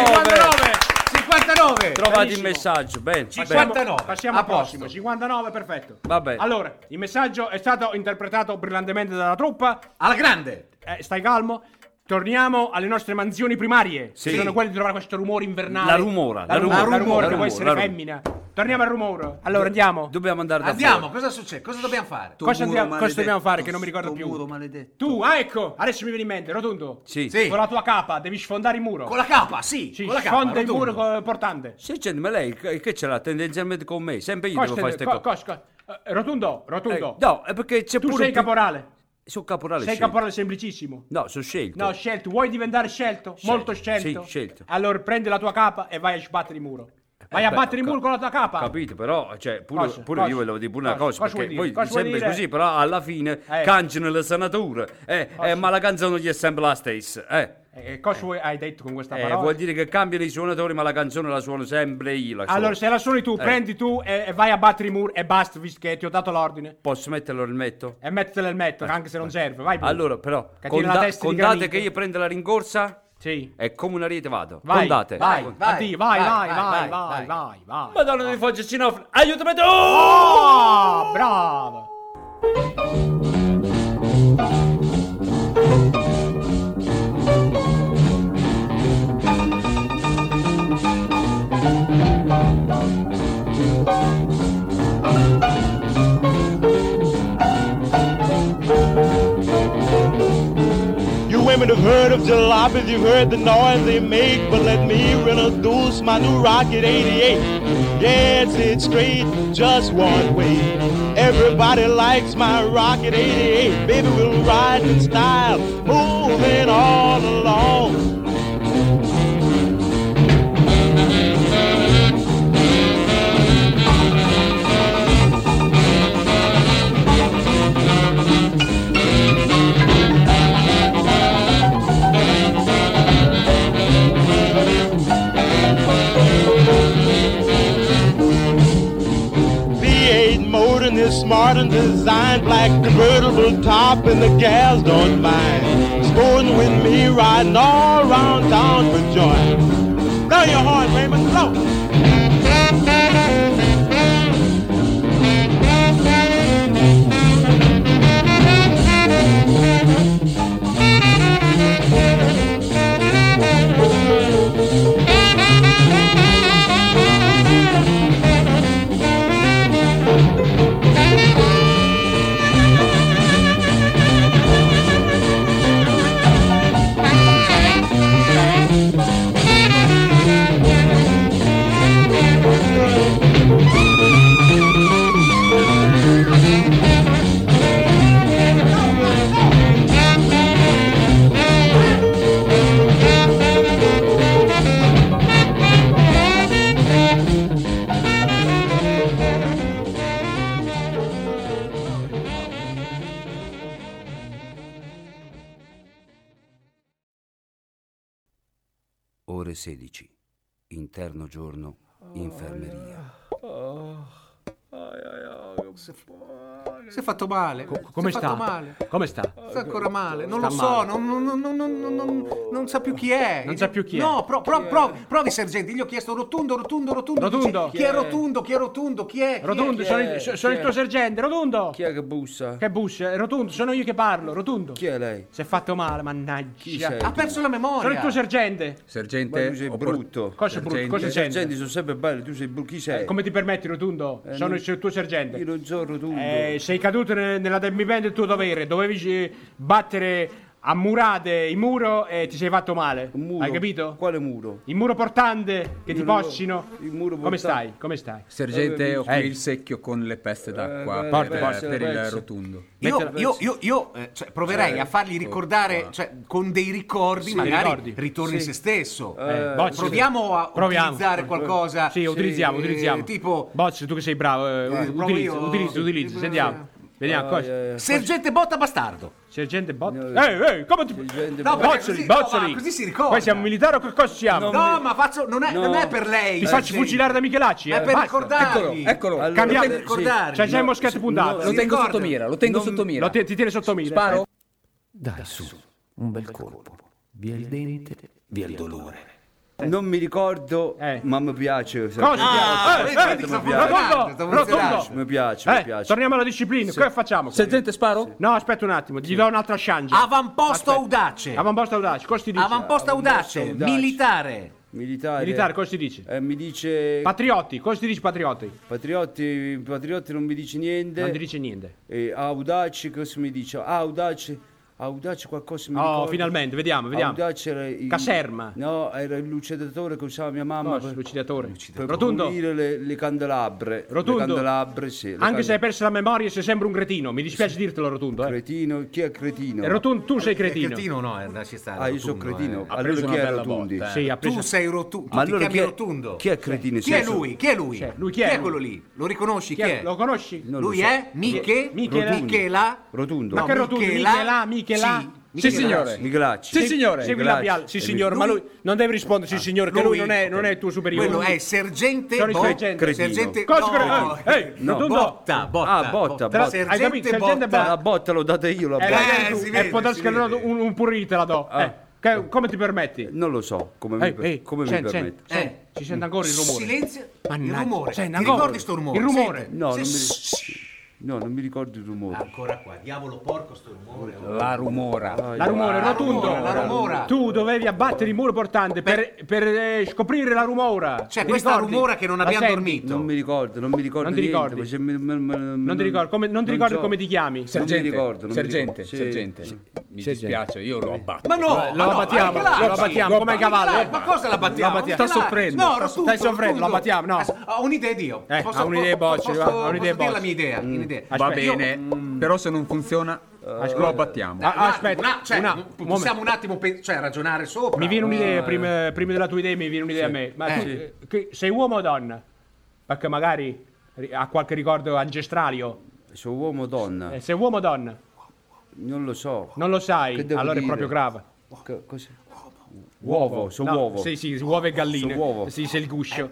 [SPEAKER 2] 59.
[SPEAKER 4] 59.
[SPEAKER 2] Trovati il
[SPEAKER 3] Benissimo.
[SPEAKER 2] messaggio, bene, bene.
[SPEAKER 4] 59.
[SPEAKER 3] Passiamo
[SPEAKER 4] A
[SPEAKER 3] al prossimo.
[SPEAKER 4] posto.
[SPEAKER 3] 59, perfetto.
[SPEAKER 2] Vabbè.
[SPEAKER 3] Allora, il messaggio è stato interpretato brillantemente dalla truppa.
[SPEAKER 4] Alla grande.
[SPEAKER 3] Eh, stai calmo. Torniamo alle nostre mansioni primarie.
[SPEAKER 2] Sì.
[SPEAKER 3] Che sono quelle di trovare questo rumore invernale.
[SPEAKER 2] La rumora, la rumora, la
[SPEAKER 3] la rumora, che può
[SPEAKER 2] rumora,
[SPEAKER 3] essere
[SPEAKER 2] la rumora.
[SPEAKER 3] femmina. Torniamo al rumore. Allora andiamo.
[SPEAKER 2] Dobbiamo andare da
[SPEAKER 4] Andiamo,
[SPEAKER 2] fuori.
[SPEAKER 4] cosa succede? Cosa dobbiamo fare?
[SPEAKER 10] Tu- muro
[SPEAKER 3] Cosa, andiamo- cosa
[SPEAKER 10] maledetto,
[SPEAKER 3] dobbiamo fare che non mi ricordo
[SPEAKER 10] sto
[SPEAKER 3] più?
[SPEAKER 10] muro maledetto.
[SPEAKER 3] Tu, ah ecco, adesso mi viene in mente, Rotondo.
[SPEAKER 2] Sì.
[SPEAKER 4] Sì.
[SPEAKER 3] Con la tua capa devi sfondare il muro.
[SPEAKER 4] Con la capa, sì,
[SPEAKER 3] Sì,
[SPEAKER 4] con la capa.
[SPEAKER 3] sfonda il
[SPEAKER 4] rotondo.
[SPEAKER 3] muro col portante.
[SPEAKER 2] Sì, gente, ma lei che che ce l'ha tendenzialmente con me? Sempre io devo
[SPEAKER 3] Costa-
[SPEAKER 2] fare queste
[SPEAKER 3] co-
[SPEAKER 2] cose.
[SPEAKER 3] cos- co- eh, rotondo, rotondo.
[SPEAKER 2] Eh, no, è perché c'è
[SPEAKER 3] tu
[SPEAKER 2] pure
[SPEAKER 3] sei
[SPEAKER 2] un-
[SPEAKER 3] caporale.
[SPEAKER 2] Sono caporale.
[SPEAKER 3] Sei
[SPEAKER 2] scelto.
[SPEAKER 3] caporale semplicissimo.
[SPEAKER 2] No, sono scelto.
[SPEAKER 3] No, scelto. Vuoi diventare scelto?
[SPEAKER 2] Scelto,
[SPEAKER 3] Molto scelto.
[SPEAKER 2] sì, scelto.
[SPEAKER 3] Allora prendi la tua capa e vai a sbattere il muro. Vai
[SPEAKER 2] Eh,
[SPEAKER 3] a
[SPEAKER 2] beh,
[SPEAKER 3] battere il muro
[SPEAKER 2] cap-
[SPEAKER 3] con la tua capa.
[SPEAKER 2] Capito, però, cioè, pure,
[SPEAKER 3] Cosa?
[SPEAKER 2] pure
[SPEAKER 3] Cosa?
[SPEAKER 2] io volevo dire pure una
[SPEAKER 3] Cosa?
[SPEAKER 2] cosa,
[SPEAKER 3] Cosa
[SPEAKER 2] perché poi
[SPEAKER 3] vuoi dire? Cosa vuoi
[SPEAKER 2] sempre
[SPEAKER 3] dire?
[SPEAKER 2] così, però alla fine
[SPEAKER 3] Eh.
[SPEAKER 2] cangiano le sanature, eh, eh, ma la canzone gli è sempre la stessa, eh.
[SPEAKER 3] Eh, cosa vuoi- hai detto con questa
[SPEAKER 2] Eh,
[SPEAKER 3] parola?
[SPEAKER 2] vuol dire che cambiano i suonatori, ma la canzone la suono sempre io. la suono.
[SPEAKER 3] Allora, se la suoni tu,
[SPEAKER 2] Eh.
[SPEAKER 3] prendi tu e, e vai a battere i muri e basta, visto che ti ho dato l'ordine.
[SPEAKER 2] Posso metterlo il metto?
[SPEAKER 3] E mettetelo il metto, anche se non serve. Vai pure.
[SPEAKER 2] Eh, Allora, però,
[SPEAKER 3] Che tiene la
[SPEAKER 2] conta-
[SPEAKER 3] testa di
[SPEAKER 2] contate
[SPEAKER 3] granito.
[SPEAKER 2] che io prendo la rincorsa
[SPEAKER 3] Sì.
[SPEAKER 2] e come un ariete vado.
[SPEAKER 3] Vai,
[SPEAKER 2] contate.
[SPEAKER 3] vai,
[SPEAKER 2] Con-
[SPEAKER 3] vai, addio, vai, vai,
[SPEAKER 4] vai,
[SPEAKER 3] vai,
[SPEAKER 4] vai,
[SPEAKER 3] vai,
[SPEAKER 4] vai.
[SPEAKER 3] vai, vai.
[SPEAKER 2] Madonna di Foggia Cinofra, aiutami tu!
[SPEAKER 3] Ah, bravo!
[SPEAKER 11] You women have heard of jalopies, you've heard the noise they make, but let me introduce my new Rocket 88. Yes, it's straight, just one way. Everybody likes my Rocket 88. Baby, we'll ride in style, moving all along. V8 motor and this smart and designed black convertible top and the gals don't mind. Sporting with me riding all around town for joy. Blow your horn, Raymond, blow.
[SPEAKER 2] Ore 16, interno giorno, infermeria.
[SPEAKER 4] Si è fatto male.
[SPEAKER 3] Come
[SPEAKER 4] si è
[SPEAKER 3] sta?
[SPEAKER 4] fatto male.
[SPEAKER 3] Come sta?
[SPEAKER 4] Sta ancora male, non
[SPEAKER 3] Sta
[SPEAKER 4] lo so,
[SPEAKER 3] male.
[SPEAKER 4] non, non- non- non- non- non- non- non sa più chi è.
[SPEAKER 3] Non sa più chi è.
[SPEAKER 4] No, pro- pro- pro- provi sergente, gli ho chiesto rotondo, rotondo, rotondo.
[SPEAKER 3] Rotondo.
[SPEAKER 4] dice, Chi è rotondo, chi è rotondo, chi è? chi è,
[SPEAKER 3] Rotondo,
[SPEAKER 4] chi è?
[SPEAKER 3] sono, il, so- sono il
[SPEAKER 2] Chi è?
[SPEAKER 3] tuo sergente, Rotondo!
[SPEAKER 2] Chi è che bussa?
[SPEAKER 3] Che busce? Rotondo, sono io che parlo, Rotondo!
[SPEAKER 2] Chi è lei?
[SPEAKER 3] Si è fatto male, mannaggia!
[SPEAKER 2] Chi sei?
[SPEAKER 4] Ha perso la memoria.
[SPEAKER 3] Sono il tuo sergente!
[SPEAKER 10] Sergente,
[SPEAKER 2] Ma tu sei
[SPEAKER 10] ho por-
[SPEAKER 2] brutto.
[SPEAKER 3] Cosa è brutto? Cosa
[SPEAKER 2] I
[SPEAKER 3] sergente?
[SPEAKER 2] sergenti sono sempre belli, tu sei bru- chi sei?
[SPEAKER 3] Eh, Come ti permetti, Rotondo?
[SPEAKER 2] Eh,
[SPEAKER 3] sono
[SPEAKER 2] non-
[SPEAKER 3] il tuo sergente!
[SPEAKER 2] Io non sono rotondo.
[SPEAKER 3] Eh, sei caduto ne- nella demipen del tuo dovere, dovevi eh, battere a murate il muro e ti sei fatto male.
[SPEAKER 2] Un muro.
[SPEAKER 3] Hai capito?
[SPEAKER 2] Quale muro?
[SPEAKER 3] Il muro portante che ti
[SPEAKER 2] Io non lo-
[SPEAKER 3] possino.
[SPEAKER 2] il muro
[SPEAKER 3] Come
[SPEAKER 2] portante.
[SPEAKER 3] stai? Come stai?
[SPEAKER 5] Sergente, ho qui
[SPEAKER 3] Eh.
[SPEAKER 5] il secchio con le peste d'acqua
[SPEAKER 2] Eh,
[SPEAKER 5] per,
[SPEAKER 2] porta, porta,
[SPEAKER 5] per
[SPEAKER 2] porta.
[SPEAKER 5] il rotondo.
[SPEAKER 4] Io,
[SPEAKER 2] Mettila-
[SPEAKER 4] io- io- io, eh, cioè, proverei a fargli ricordare cioè, con dei ricordi,
[SPEAKER 3] ecco. Ah. Sì,
[SPEAKER 4] magari
[SPEAKER 3] ricordi.
[SPEAKER 4] ritorni in
[SPEAKER 2] Sì.
[SPEAKER 4] se stesso.
[SPEAKER 2] Eh,
[SPEAKER 3] Bocci.
[SPEAKER 4] Proviamo a
[SPEAKER 3] Proviamo.
[SPEAKER 4] utilizzare qualcosa.
[SPEAKER 3] Sì, utilizziamo,
[SPEAKER 4] eh,
[SPEAKER 3] utilizziamo.
[SPEAKER 4] Tipo,
[SPEAKER 3] Bocci, tu che sei bravo, eh,
[SPEAKER 4] Eh, provo
[SPEAKER 3] utilizza,
[SPEAKER 4] io.
[SPEAKER 3] utilizza, utilizza,
[SPEAKER 4] Eh,
[SPEAKER 3] sentiamo. Vediamo, cosa.
[SPEAKER 4] sergente botta bastardo.
[SPEAKER 3] Sergente Bot. Ehi, ehi, come ti.
[SPEAKER 2] Sergente
[SPEAKER 4] No,
[SPEAKER 2] Bot.
[SPEAKER 4] perché
[SPEAKER 3] Bozzoli,
[SPEAKER 4] così- no,
[SPEAKER 3] Bozzoli.
[SPEAKER 4] ma così si ricorda.
[SPEAKER 3] Poi siamo militari o che cosa siamo?
[SPEAKER 4] No, ma faccio, non, è, non è per lei.
[SPEAKER 3] Ti faccio
[SPEAKER 4] sergente.
[SPEAKER 3] fucilare da Michelacci,
[SPEAKER 4] Ma
[SPEAKER 3] eh.
[SPEAKER 4] È per
[SPEAKER 3] basta.
[SPEAKER 5] Eccolo,
[SPEAKER 4] ricordargli.
[SPEAKER 5] eccolo.
[SPEAKER 2] Allora,
[SPEAKER 3] Cambiamo. Cioè,
[SPEAKER 4] Per ricordargli.
[SPEAKER 3] C'hai già il moschetto puntato.
[SPEAKER 5] Lo
[SPEAKER 4] si
[SPEAKER 5] tengo
[SPEAKER 4] ricorda.
[SPEAKER 5] sotto mira, lo tengo sotto mira.
[SPEAKER 3] Lo ti, ti tiene sotto mira.
[SPEAKER 5] Sparo?
[SPEAKER 12] Eh,
[SPEAKER 6] Dai su, un bel colpo. Via il dente, via il dolore.
[SPEAKER 2] Non mi ricordo,
[SPEAKER 3] Eh.
[SPEAKER 2] ma mi piace.
[SPEAKER 3] Cosa?
[SPEAKER 4] Ah,
[SPEAKER 3] Eh,
[SPEAKER 4] vedi,
[SPEAKER 3] eh,
[SPEAKER 4] vedi, sta
[SPEAKER 3] rotondo,
[SPEAKER 4] funzionando, sta
[SPEAKER 3] rotondo.
[SPEAKER 4] funzionando.
[SPEAKER 2] Mi piace, mi
[SPEAKER 3] Eh,
[SPEAKER 2] piace.
[SPEAKER 3] torniamo alla disciplina. Cosa facciamo?
[SPEAKER 5] Sergente, sparo?
[SPEAKER 3] No, aspetta un attimo, gli do un'altra
[SPEAKER 4] Ah,
[SPEAKER 3] chance.
[SPEAKER 4] Avamposto
[SPEAKER 3] Aspetta.
[SPEAKER 4] audace.
[SPEAKER 3] Avamposto audace, cosa ti dice?
[SPEAKER 4] Avamposto audace.
[SPEAKER 2] audace.
[SPEAKER 4] Militare.
[SPEAKER 2] Militare.
[SPEAKER 3] Militare, cosa ti dice?
[SPEAKER 2] Eh, mi dice
[SPEAKER 3] Patriotti, cosa ti dice Patriotti?
[SPEAKER 2] Patriotti, Patriotti non mi dice niente.
[SPEAKER 3] Non ti dice niente.
[SPEAKER 2] E Audace cosa mi dice? Ah, Audace, Audace qualcosa mi
[SPEAKER 3] Oh,
[SPEAKER 2] ricordo.
[SPEAKER 3] finalmente, vediamo, vediamo.
[SPEAKER 2] Audace era il...
[SPEAKER 3] Caserma.
[SPEAKER 2] No, era il lucidatore che usava mia mamma
[SPEAKER 3] Bosch,
[SPEAKER 2] per,
[SPEAKER 3] lucidatore.
[SPEAKER 2] per
[SPEAKER 3] Rotondo.
[SPEAKER 2] pulire le, le candelabre. Le
[SPEAKER 3] Rotondo.
[SPEAKER 2] candelabre, sì. le
[SPEAKER 3] Anche
[SPEAKER 2] can-
[SPEAKER 3] se hai perso la memoria, sei sempre un cretino. Mi dispiace dirtelo, Rotondo. Eh.
[SPEAKER 2] Cretino, chi è cretino?
[SPEAKER 3] Eh, Rotondo, tu sei cretino.
[SPEAKER 4] Cretino no, eh, lasci stare.
[SPEAKER 2] Ah, io sono
[SPEAKER 4] rotondo,
[SPEAKER 2] cretino.
[SPEAKER 4] eh.
[SPEAKER 2] Allora chi è Rotondi?
[SPEAKER 3] Sì, ha preso-
[SPEAKER 4] Tu sei rotundo. Tu
[SPEAKER 2] Ma
[SPEAKER 4] ti
[SPEAKER 2] allora
[SPEAKER 4] chiami
[SPEAKER 2] chi è-
[SPEAKER 4] rotundo.
[SPEAKER 2] chi è cretino?
[SPEAKER 4] Chi
[SPEAKER 2] Sì,
[SPEAKER 4] è
[SPEAKER 2] sono-
[SPEAKER 4] lui? Chi è lui?
[SPEAKER 3] Cioè, lui chi è?
[SPEAKER 4] quello lì? Lo riconosci?
[SPEAKER 3] Chi
[SPEAKER 4] Chi,
[SPEAKER 3] è?
[SPEAKER 4] è?
[SPEAKER 3] Lo conosci?
[SPEAKER 2] No. Non lo
[SPEAKER 4] lui
[SPEAKER 2] so.
[SPEAKER 4] è Miche?
[SPEAKER 3] Michela?
[SPEAKER 4] Michela?
[SPEAKER 2] Rotondo.
[SPEAKER 4] No,
[SPEAKER 3] Ma che rotondo? Michela, Michela?
[SPEAKER 4] Sì,
[SPEAKER 5] Sì,
[SPEAKER 4] Michela.
[SPEAKER 5] signore.
[SPEAKER 2] Michelacci.
[SPEAKER 5] Sì, signore.
[SPEAKER 3] Segui la
[SPEAKER 2] Grazie.
[SPEAKER 3] Bial. Sì,
[SPEAKER 2] È
[SPEAKER 3] signore, ma lui non deve rispondere, sì, signore, che lui non è, non è il tuo superiore. Eh,
[SPEAKER 4] Quello è sergente.
[SPEAKER 3] Sono il
[SPEAKER 4] Bo-
[SPEAKER 3] sergente.
[SPEAKER 2] Cretino.
[SPEAKER 4] Sergente.
[SPEAKER 3] Cosa
[SPEAKER 4] no,
[SPEAKER 3] cre- eh, eh,
[SPEAKER 4] no,
[SPEAKER 3] rotondo.
[SPEAKER 4] Botta, botta.
[SPEAKER 2] Ah, botta, botta.
[SPEAKER 3] Hai
[SPEAKER 4] Sergente
[SPEAKER 3] capito? Sergente
[SPEAKER 2] Ma La
[SPEAKER 4] botta.
[SPEAKER 2] botta l'ho data io, la
[SPEAKER 3] Eh,
[SPEAKER 2] botta.
[SPEAKER 3] dai,
[SPEAKER 4] Eh,
[SPEAKER 3] tu,
[SPEAKER 4] si
[SPEAKER 3] eh,
[SPEAKER 4] vede,
[SPEAKER 3] può dare
[SPEAKER 4] si
[SPEAKER 3] scatenato
[SPEAKER 4] vede.
[SPEAKER 3] un, un purri te la do.
[SPEAKER 2] Ah.
[SPEAKER 3] Eh, che- come ti permetti?
[SPEAKER 2] Non lo so come mi,
[SPEAKER 3] Ehi,
[SPEAKER 2] per-
[SPEAKER 3] ehi,
[SPEAKER 2] come mi
[SPEAKER 3] senti,
[SPEAKER 2] permette.
[SPEAKER 3] senti, senti, ci sente ancora il rumore.
[SPEAKER 4] Silenzio. Il
[SPEAKER 3] Mannaggia.
[SPEAKER 4] rumore.
[SPEAKER 3] Senti,
[SPEAKER 4] Ti
[SPEAKER 3] ancora.
[SPEAKER 4] ricordi sto rumore?
[SPEAKER 3] Il rumore.
[SPEAKER 4] Senti.
[SPEAKER 2] No, non mi,
[SPEAKER 4] Sì. Ah,
[SPEAKER 2] no, non mi ricordo il rumore.
[SPEAKER 4] Ancora qua, diavolo porco sto rumore. oh.
[SPEAKER 5] La rumora.
[SPEAKER 3] La rumore,
[SPEAKER 4] La
[SPEAKER 3] rotondo.
[SPEAKER 4] rumora, la rumora.
[SPEAKER 3] Tu dovevi abbattere il muro portante per, per, eh, scoprire la rumora.
[SPEAKER 4] Cioè,
[SPEAKER 3] Ti
[SPEAKER 4] questa
[SPEAKER 3] ricordi?
[SPEAKER 4] rumora che non
[SPEAKER 3] La
[SPEAKER 4] abbiamo
[SPEAKER 3] senti?
[SPEAKER 4] dormito.
[SPEAKER 2] Non mi ricordo, non mi ricordo
[SPEAKER 3] Non ti
[SPEAKER 2] niente,
[SPEAKER 3] ricordi?
[SPEAKER 2] ma se mi- me- me-
[SPEAKER 3] Non ti ricordo come, non ti ricordo
[SPEAKER 2] so.
[SPEAKER 3] come ti chiami.
[SPEAKER 2] Non mi
[SPEAKER 5] Sergente,
[SPEAKER 2] ricordo, non mi
[SPEAKER 5] sergente,
[SPEAKER 2] ricordo. Sì.
[SPEAKER 5] sergente. Mi dispiace,
[SPEAKER 12] Cioè,
[SPEAKER 5] io lo abbatto.
[SPEAKER 4] Ma no,
[SPEAKER 3] Lo
[SPEAKER 4] ma no,
[SPEAKER 3] abbattiamo,
[SPEAKER 4] anche là,
[SPEAKER 3] lo abbattiamo
[SPEAKER 4] sì.
[SPEAKER 3] come i cavalli, eh.
[SPEAKER 4] Ma cosa la battiamo?
[SPEAKER 3] Lo abbattiamo. Sta soffrendo,
[SPEAKER 4] No,
[SPEAKER 3] sta-
[SPEAKER 4] rotundo,
[SPEAKER 3] stai soffrendo,
[SPEAKER 4] rotundo.
[SPEAKER 3] lo abbattiamo, no.
[SPEAKER 4] As- Ho un'idea io.
[SPEAKER 3] Eh, ha un'idea, Bocci,
[SPEAKER 4] posso,
[SPEAKER 3] va, ha
[SPEAKER 4] posso
[SPEAKER 3] un'idea,
[SPEAKER 4] dire la
[SPEAKER 3] Bocci.
[SPEAKER 4] mia idea, un'idea.
[SPEAKER 3] Ah,
[SPEAKER 5] Va
[SPEAKER 3] aspetta,
[SPEAKER 5] bene, però se non funziona, lo abbattiamo.
[SPEAKER 4] Un
[SPEAKER 3] Ah,
[SPEAKER 4] attimo,
[SPEAKER 3] aspetta,
[SPEAKER 4] un attimo, cioè,
[SPEAKER 3] un
[SPEAKER 4] un-
[SPEAKER 3] attimo,
[SPEAKER 4] possiamo un attimo pe- cioè, ragionare sopra.
[SPEAKER 3] Mi viene un'idea, prima, prima della tua idea mi viene un'idea a me. Ma
[SPEAKER 4] Eh.
[SPEAKER 3] tu eh, che- sei uomo o donna? Perché magari ri- ha qualche ricordo ancestralio.
[SPEAKER 2] Sono uomo o donna?
[SPEAKER 3] Eh, sei uomo o donna?
[SPEAKER 2] Non lo so.
[SPEAKER 3] Non lo sai,
[SPEAKER 2] Che devo
[SPEAKER 3] allora è
[SPEAKER 2] dire?
[SPEAKER 3] proprio grave.
[SPEAKER 2] Co- cos'è? Uovo, sono
[SPEAKER 3] No,
[SPEAKER 2] uovo.
[SPEAKER 3] Sì, sì, uova e galline.
[SPEAKER 2] Sono uovo.
[SPEAKER 3] Sì, sei il guscio.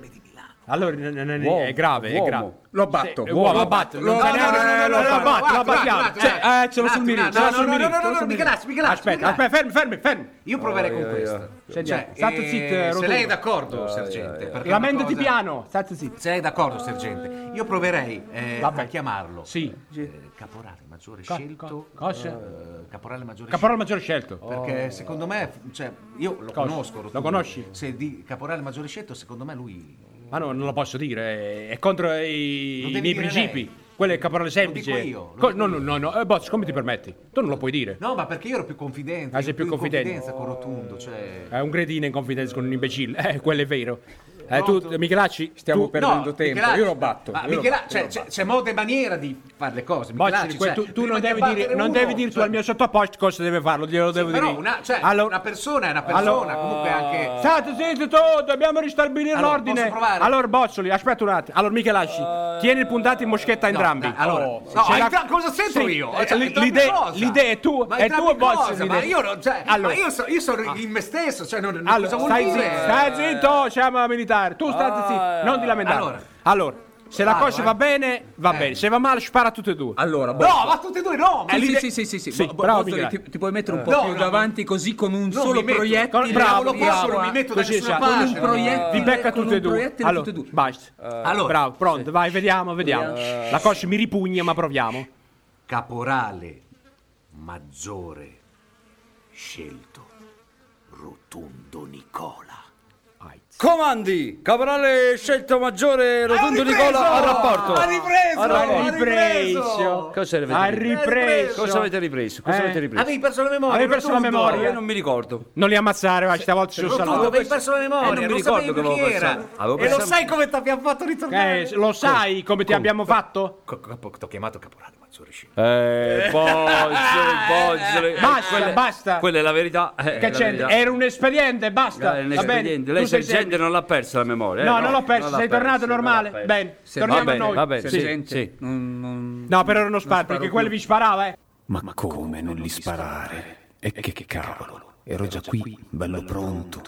[SPEAKER 3] Allora n- n- n-
[SPEAKER 2] Uovo,
[SPEAKER 3] è grave, è
[SPEAKER 2] uomo.
[SPEAKER 3] grave.
[SPEAKER 5] Lo abbatto.
[SPEAKER 3] Se- uovo, abbatto.
[SPEAKER 5] Lo
[SPEAKER 3] No, no, no, no, no, no,
[SPEAKER 5] lo
[SPEAKER 3] lo abbatto, lo
[SPEAKER 4] abbatto,
[SPEAKER 3] abbattiamo.
[SPEAKER 4] abbatto,
[SPEAKER 3] Cioè,
[SPEAKER 4] eh.
[SPEAKER 3] eh, ce l'ho sul
[SPEAKER 4] Un
[SPEAKER 3] mirino,
[SPEAKER 4] attimo,
[SPEAKER 3] ce
[SPEAKER 4] no,
[SPEAKER 3] l'ho sul
[SPEAKER 4] no, no,
[SPEAKER 3] mirino.
[SPEAKER 4] no,
[SPEAKER 3] ce l'ho
[SPEAKER 4] no,
[SPEAKER 3] sul
[SPEAKER 4] no,
[SPEAKER 3] mirino.
[SPEAKER 4] Michelacci, Michelacci,
[SPEAKER 3] Aspetta,
[SPEAKER 4] Michelacci.
[SPEAKER 3] aspetta, fermi, fermi, fermi.
[SPEAKER 4] Io proverei con
[SPEAKER 2] Oi, oi, oi.
[SPEAKER 4] questo. Cioè,
[SPEAKER 3] Sentiamo, stato zitto, eh,
[SPEAKER 4] se
[SPEAKER 3] Rotondo.
[SPEAKER 4] lei è d'accordo, sergente. perché è una
[SPEAKER 3] Lamentati
[SPEAKER 4] cosa-
[SPEAKER 3] piano, state zitti.
[SPEAKER 4] Se lei è d'accordo, sergente, io proverei eh,
[SPEAKER 3] Vabbè.
[SPEAKER 4] a chiamarlo.
[SPEAKER 3] Sì.
[SPEAKER 4] eh, caporale maggiore
[SPEAKER 3] Co-
[SPEAKER 4] scelto.
[SPEAKER 3] co- cosa?
[SPEAKER 4] eh, caporale maggiore
[SPEAKER 3] Caporale maggiore scelto.
[SPEAKER 4] scelto. Perché secondo me, cioè, io lo conosco. Rotondo.
[SPEAKER 3] Oh. Lo conosci?
[SPEAKER 4] Se di caporale maggiore scelto, secondo me lui.
[SPEAKER 3] Ma no, non lo posso dire, eh, è contro i,
[SPEAKER 4] Lo
[SPEAKER 3] i
[SPEAKER 4] devi
[SPEAKER 3] miei
[SPEAKER 4] dire
[SPEAKER 3] principi.
[SPEAKER 4] lei.
[SPEAKER 3] Quello è il caporale semplice.
[SPEAKER 4] dico io, lo
[SPEAKER 3] Co-
[SPEAKER 4] dico
[SPEAKER 3] no, no, no, no, eh, Boss, come ti permetti? Tu non lo puoi dire.
[SPEAKER 4] No, ma perché io ero più confidente.
[SPEAKER 3] Ah, sei
[SPEAKER 4] ero
[SPEAKER 3] più
[SPEAKER 4] in
[SPEAKER 3] confidente. Eh,
[SPEAKER 4] confidenza con Rotondo. Cioè.
[SPEAKER 3] È un cretino in confidenza con un imbecille, eh, quello è vero. Eh, tu, Michelacci,
[SPEAKER 5] Stiamo
[SPEAKER 3] tu-
[SPEAKER 5] perdendo
[SPEAKER 4] No,
[SPEAKER 5] tempo,
[SPEAKER 4] Michelacci-
[SPEAKER 5] io lo batto.
[SPEAKER 4] Ma
[SPEAKER 5] io lo
[SPEAKER 4] Michela-
[SPEAKER 5] batto,
[SPEAKER 4] cioè,
[SPEAKER 5] io lo
[SPEAKER 4] c'è, c'è modo e maniera di fare le cose.
[SPEAKER 3] Bocci,
[SPEAKER 4] Michelacci,
[SPEAKER 3] que-
[SPEAKER 4] cioè,
[SPEAKER 3] tu, tu
[SPEAKER 4] prima
[SPEAKER 3] non
[SPEAKER 4] di
[SPEAKER 3] devi dire,
[SPEAKER 4] abbattere
[SPEAKER 3] non
[SPEAKER 4] uno,
[SPEAKER 3] devi dirlo
[SPEAKER 4] cioè,
[SPEAKER 3] al mio sottoposto cosa deve farlo, glielo devo
[SPEAKER 4] Però
[SPEAKER 3] dire.
[SPEAKER 4] una, cioè,
[SPEAKER 3] Allora-
[SPEAKER 4] una persona è una persona,
[SPEAKER 3] allora-
[SPEAKER 4] comunque anche.
[SPEAKER 3] State zitti tu, dobbiamo ristabilire
[SPEAKER 4] Allora,
[SPEAKER 3] l'ordine.
[SPEAKER 4] posso provare? Eh,
[SPEAKER 3] Allora, Bozzoli, aspetta un attimo. Allora, Michelacci, tieni il puntato in moschetta a entrambi.
[SPEAKER 4] dai, allora,
[SPEAKER 3] Oh,
[SPEAKER 4] no,
[SPEAKER 3] c'è la-
[SPEAKER 4] entra- cosa sento
[SPEAKER 3] Sì,
[SPEAKER 4] io?
[SPEAKER 3] eh,
[SPEAKER 4] Cioè,
[SPEAKER 3] l-
[SPEAKER 4] entrambi
[SPEAKER 3] l'idea,
[SPEAKER 4] cosa?
[SPEAKER 3] l'idea è tua,
[SPEAKER 4] Ma
[SPEAKER 3] è
[SPEAKER 4] entrambi
[SPEAKER 3] tua, Bozzoli.
[SPEAKER 4] cosa? Ma
[SPEAKER 3] l'idea.
[SPEAKER 4] io, non- cioè,
[SPEAKER 3] Allora-
[SPEAKER 4] ma io so- io sono in me stesso, cioè, non, non-
[SPEAKER 3] Allora,
[SPEAKER 4] cosa vuol
[SPEAKER 3] stai
[SPEAKER 4] dire?
[SPEAKER 3] zitto, stai zitto, siamo a militare. Tu stai zitto, non ti lamentare. Allora,
[SPEAKER 4] Allora.
[SPEAKER 3] se la
[SPEAKER 4] Vado,
[SPEAKER 3] cosa
[SPEAKER 4] eh.
[SPEAKER 3] va bene, va
[SPEAKER 4] Eh.
[SPEAKER 3] bene. Se va male, spara a tutte e due.
[SPEAKER 5] Allora, Bozzo-
[SPEAKER 4] No, ma tutti e due no, ma
[SPEAKER 5] Sì,
[SPEAKER 3] l'idea-
[SPEAKER 5] sì, sì, sì, sì.
[SPEAKER 3] Sì,
[SPEAKER 5] Bo-
[SPEAKER 3] bravo, Eh.
[SPEAKER 5] Bozzoli,
[SPEAKER 3] Michelangelo.
[SPEAKER 5] ti, ti puoi mettere un po'
[SPEAKER 4] No,
[SPEAKER 5] più
[SPEAKER 4] no,
[SPEAKER 5] davanti così con un
[SPEAKER 4] Non
[SPEAKER 5] solo
[SPEAKER 4] mi metto.
[SPEAKER 5] proiettile.
[SPEAKER 3] Con- bravo,
[SPEAKER 5] Diavolo,
[SPEAKER 3] bravo.
[SPEAKER 5] porco,
[SPEAKER 4] mi metto da
[SPEAKER 3] Così
[SPEAKER 4] nessuna
[SPEAKER 3] sa, con
[SPEAKER 5] Con
[SPEAKER 4] parte.
[SPEAKER 5] un proiettile.
[SPEAKER 3] Vi becca
[SPEAKER 5] con
[SPEAKER 3] tutte e
[SPEAKER 5] un
[SPEAKER 3] due.
[SPEAKER 5] proiettile
[SPEAKER 3] Allora,
[SPEAKER 5] tutte e due.
[SPEAKER 3] basta.
[SPEAKER 4] Allora,
[SPEAKER 3] Bravo, pronto, vai, vediamo, vediamo. La cosa mi ripugna, ma proviamo.
[SPEAKER 4] Caporale maggiore scelto Rotondo Nicola.
[SPEAKER 3] Aiz.
[SPEAKER 2] Comandi, caporale scelto maggiore, rotondo di cola al rapporto.
[SPEAKER 4] Ha ripreso!
[SPEAKER 2] Al rapporto.
[SPEAKER 4] Ha ripreso!
[SPEAKER 2] Cosa avete
[SPEAKER 3] Ha
[SPEAKER 2] ripreso?
[SPEAKER 3] ripreso.
[SPEAKER 2] Cosa avete ripreso? Cosa
[SPEAKER 3] Eh.
[SPEAKER 2] avete ripreso?
[SPEAKER 4] Avevi perso la memoria.
[SPEAKER 3] Avevi perso la
[SPEAKER 4] Rotondo.
[SPEAKER 3] memoria.
[SPEAKER 2] Io non mi ricordo.
[SPEAKER 3] Non li ammazzare, vai, stavolta ci sono
[SPEAKER 4] Rotondo,
[SPEAKER 3] salvato.
[SPEAKER 4] avevi perso la
[SPEAKER 2] Eh,
[SPEAKER 4] memoria.
[SPEAKER 2] non mi
[SPEAKER 4] non
[SPEAKER 2] ricordo
[SPEAKER 4] sapevi
[SPEAKER 2] che avevo
[SPEAKER 4] chi era.
[SPEAKER 2] perso- avevo
[SPEAKER 4] E
[SPEAKER 2] perso-
[SPEAKER 4] lo sai come ti abbiamo fatto ritornare?
[SPEAKER 3] Eh, lo sai come ti abbiamo fatto?
[SPEAKER 4] Co- capo- T'ho chiamato caporale Maggiore Scimmia.
[SPEAKER 2] Eh, Bozzoli, Bozzoli.
[SPEAKER 3] Basta,
[SPEAKER 2] Eh, Quella-
[SPEAKER 3] basta.
[SPEAKER 2] Quella è la verità. eh,
[SPEAKER 3] Che
[SPEAKER 2] la
[SPEAKER 3] c'entra?
[SPEAKER 2] verità.
[SPEAKER 3] Era un espediente,
[SPEAKER 2] Eh,
[SPEAKER 3] basta. va
[SPEAKER 2] un
[SPEAKER 3] bene?
[SPEAKER 2] espediente. Lei
[SPEAKER 3] Tu sei
[SPEAKER 2] sergente non l'ha persa la memoria. eh,
[SPEAKER 3] No, non l'ho perso,
[SPEAKER 2] non l'ha
[SPEAKER 3] sei tornato
[SPEAKER 2] non l'ha
[SPEAKER 3] normale.
[SPEAKER 2] persa.
[SPEAKER 3] Bene,
[SPEAKER 2] Sì,
[SPEAKER 3] torniamo
[SPEAKER 2] va bene,
[SPEAKER 3] a noi.
[SPEAKER 2] Va bene, sì,
[SPEAKER 5] Sergente,
[SPEAKER 2] sì. Eh,
[SPEAKER 5] non- non-
[SPEAKER 3] No, però non sparo, perché quello vi sparava, eh.
[SPEAKER 6] Ma come non gli sparare?
[SPEAKER 12] Eh,
[SPEAKER 6] E che, che cavolo, ero già qui, bello pronto.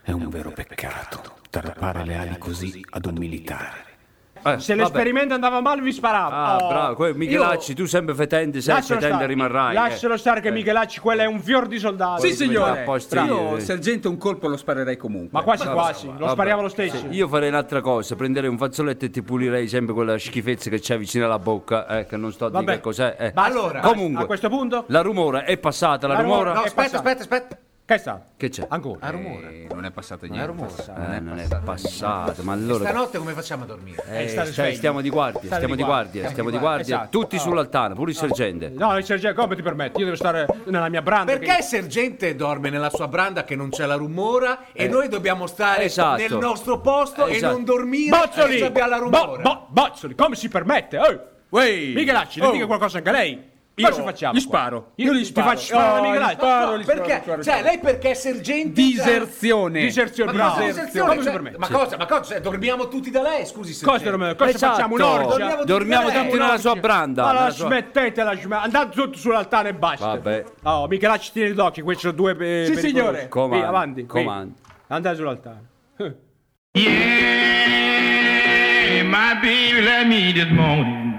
[SPEAKER 6] È un vero peccato tarpare le ali così ad un militare.
[SPEAKER 2] Eh,
[SPEAKER 3] Se
[SPEAKER 2] va bene.
[SPEAKER 3] l'esperimento andava male vi sparava.
[SPEAKER 2] Ah,
[SPEAKER 3] Oh.
[SPEAKER 2] bravo, que- Michelacci, tu sempre fetente, sempre
[SPEAKER 3] Lascialo
[SPEAKER 2] fetente
[SPEAKER 3] stare.
[SPEAKER 2] rimarrai.
[SPEAKER 3] Lascialo
[SPEAKER 2] eh.
[SPEAKER 3] stare che Michelacci quello è un fior di soldato.
[SPEAKER 5] Sì,
[SPEAKER 2] Ah,
[SPEAKER 5] signore.
[SPEAKER 2] poi stringi,
[SPEAKER 5] Io,
[SPEAKER 2] eh.
[SPEAKER 5] sergente, un colpo lo sparerei comunque.
[SPEAKER 3] Ma quasi quasi, lo
[SPEAKER 2] Vabbè.
[SPEAKER 3] spariamo lo stesso.
[SPEAKER 2] Sì, Io farei un'altra cosa, prenderei un fazzoletto e ti pulirei sempre quella schifezza che c'è vicino alla bocca, eh, che non sto a dire
[SPEAKER 3] Vabbè.
[SPEAKER 2] che cos'è. eh.
[SPEAKER 3] Basta,
[SPEAKER 4] Allora,
[SPEAKER 2] comunque,
[SPEAKER 3] a questo punto
[SPEAKER 2] la rumora è passata, la,
[SPEAKER 3] La rumora-
[SPEAKER 2] rumora...
[SPEAKER 4] No,
[SPEAKER 3] È
[SPEAKER 4] aspetta,
[SPEAKER 3] passato. Eh,
[SPEAKER 4] aspetta, aspetta.
[SPEAKER 3] che sta?
[SPEAKER 2] Che c'è?
[SPEAKER 3] Ancora.
[SPEAKER 5] Eh, non è passato niente.
[SPEAKER 2] Eh, non è passata, ma allora...
[SPEAKER 4] Stanotte come facciamo a dormire?
[SPEAKER 2] Eh,
[SPEAKER 3] stare
[SPEAKER 2] stai-
[SPEAKER 3] svegli.
[SPEAKER 2] stiamo di guardia,
[SPEAKER 3] Stare
[SPEAKER 2] stiamo
[SPEAKER 3] di
[SPEAKER 2] di guardia, Ah. stiamo di guardia,
[SPEAKER 3] Esatto.
[SPEAKER 2] tutti sull'altana, pure il sergente.
[SPEAKER 3] No, il sergente, come ti permetti? Io devo stare nella mia branda.
[SPEAKER 4] Perché il sergente dorme nella sua branda che non c'è la rumora
[SPEAKER 3] Eh.
[SPEAKER 4] e noi dobbiamo stare
[SPEAKER 2] Esatto.
[SPEAKER 4] nel nostro posto e
[SPEAKER 2] Esatto.
[SPEAKER 4] non dormire
[SPEAKER 3] Bozzoli!
[SPEAKER 4] perché abbiamo la rumora.
[SPEAKER 3] Bo- bo- Bozzoli, come si permette? Oh!
[SPEAKER 5] Uè!
[SPEAKER 3] Michelacci, ne
[SPEAKER 5] Oh!
[SPEAKER 3] dica qualcosa anche a lei.
[SPEAKER 5] Io
[SPEAKER 3] Cosa facciamo?
[SPEAKER 5] gli
[SPEAKER 3] qua?
[SPEAKER 5] sparo.
[SPEAKER 3] Io, gli sparo. Ti faccio sparare
[SPEAKER 5] Oh,
[SPEAKER 3] da
[SPEAKER 5] gli
[SPEAKER 3] Michelacci.
[SPEAKER 5] sparo, gli sparo,
[SPEAKER 4] perché?
[SPEAKER 5] gli sparo,
[SPEAKER 4] cioè,
[SPEAKER 5] gli sparo.
[SPEAKER 4] lei perché è sergente?
[SPEAKER 5] Diserzione.
[SPEAKER 4] Cioè,
[SPEAKER 3] Diserzione,
[SPEAKER 4] ma cosa
[SPEAKER 3] bravo.
[SPEAKER 4] è diserzione?
[SPEAKER 3] Come si
[SPEAKER 4] Cioè,
[SPEAKER 3] permette?
[SPEAKER 4] ma cosa? Ma cosa? Cioè, dormiamo tutti da lei, scusi
[SPEAKER 3] Cosa,
[SPEAKER 4] sergente.
[SPEAKER 3] Romeo, cosa
[SPEAKER 2] Esatto.
[SPEAKER 3] facciamo? Un'orgia?
[SPEAKER 4] Dormiamo tutti
[SPEAKER 2] Dormiamo
[SPEAKER 4] da lei.
[SPEAKER 2] tutti nella sua branda.
[SPEAKER 3] Allora
[SPEAKER 2] nella sua-
[SPEAKER 3] smettetela, sm- andate tutti sull'altare e basta.
[SPEAKER 2] Vabbè.
[SPEAKER 3] Oh, Michelacci tieni d'occhio, questi sono due eh, pericolosi.
[SPEAKER 5] signore.
[SPEAKER 2] Comandi,
[SPEAKER 3] Via, avanti. via.
[SPEAKER 2] comandi.
[SPEAKER 3] Andate sull'altare.
[SPEAKER 13] Yeah, my baby left me this morning.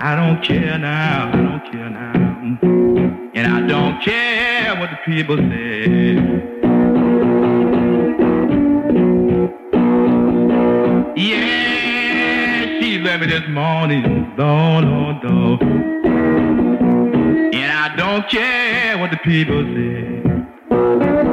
[SPEAKER 13] I don't care now, I don't care now. And I don't care what the people say. Yeah, she left me this morning, Lord, Lord, Lord. And I don't care what the people say.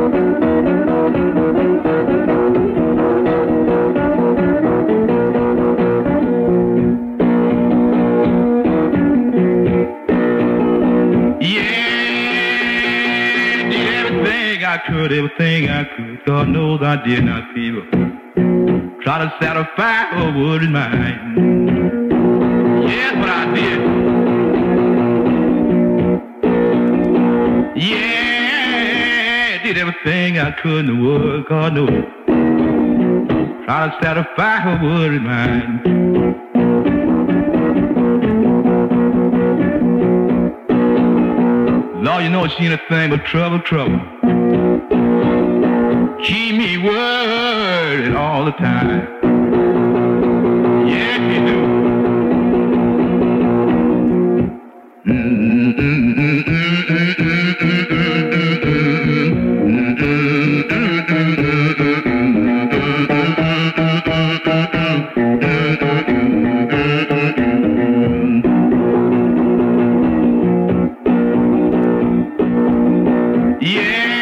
[SPEAKER 13] Yeah, did everything I could, everything I could. God knows I did not feel. Try to satisfy her wooden mind. Yes, but I did. Yeah, did everything I could oh, in the world. God knows. Try to satisfy her wooden mind. Lord, you know she ain't a thing but trouble, trouble. Keep me worried all the time. Yeah, you do.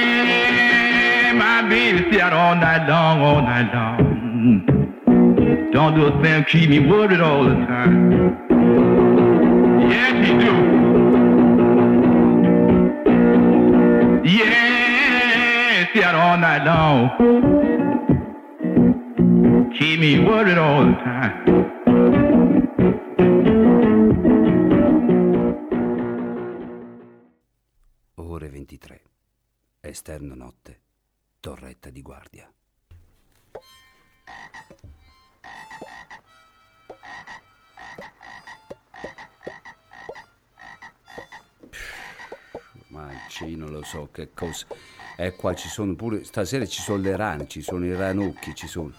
[SPEAKER 13] Yeah, my baby sit out all night long, all night long. Don't do a thing, keep me worried all the time. Yes, she do. Yeah, sit out all night long. Keep me worried all the time.
[SPEAKER 2] Ore 23. Esterno notte. Torretta di guardia. Mancino, lo so che cosa. E qua ci sono pure. Stasera ci sono le rane, ci sono i ranucchi, ci sono.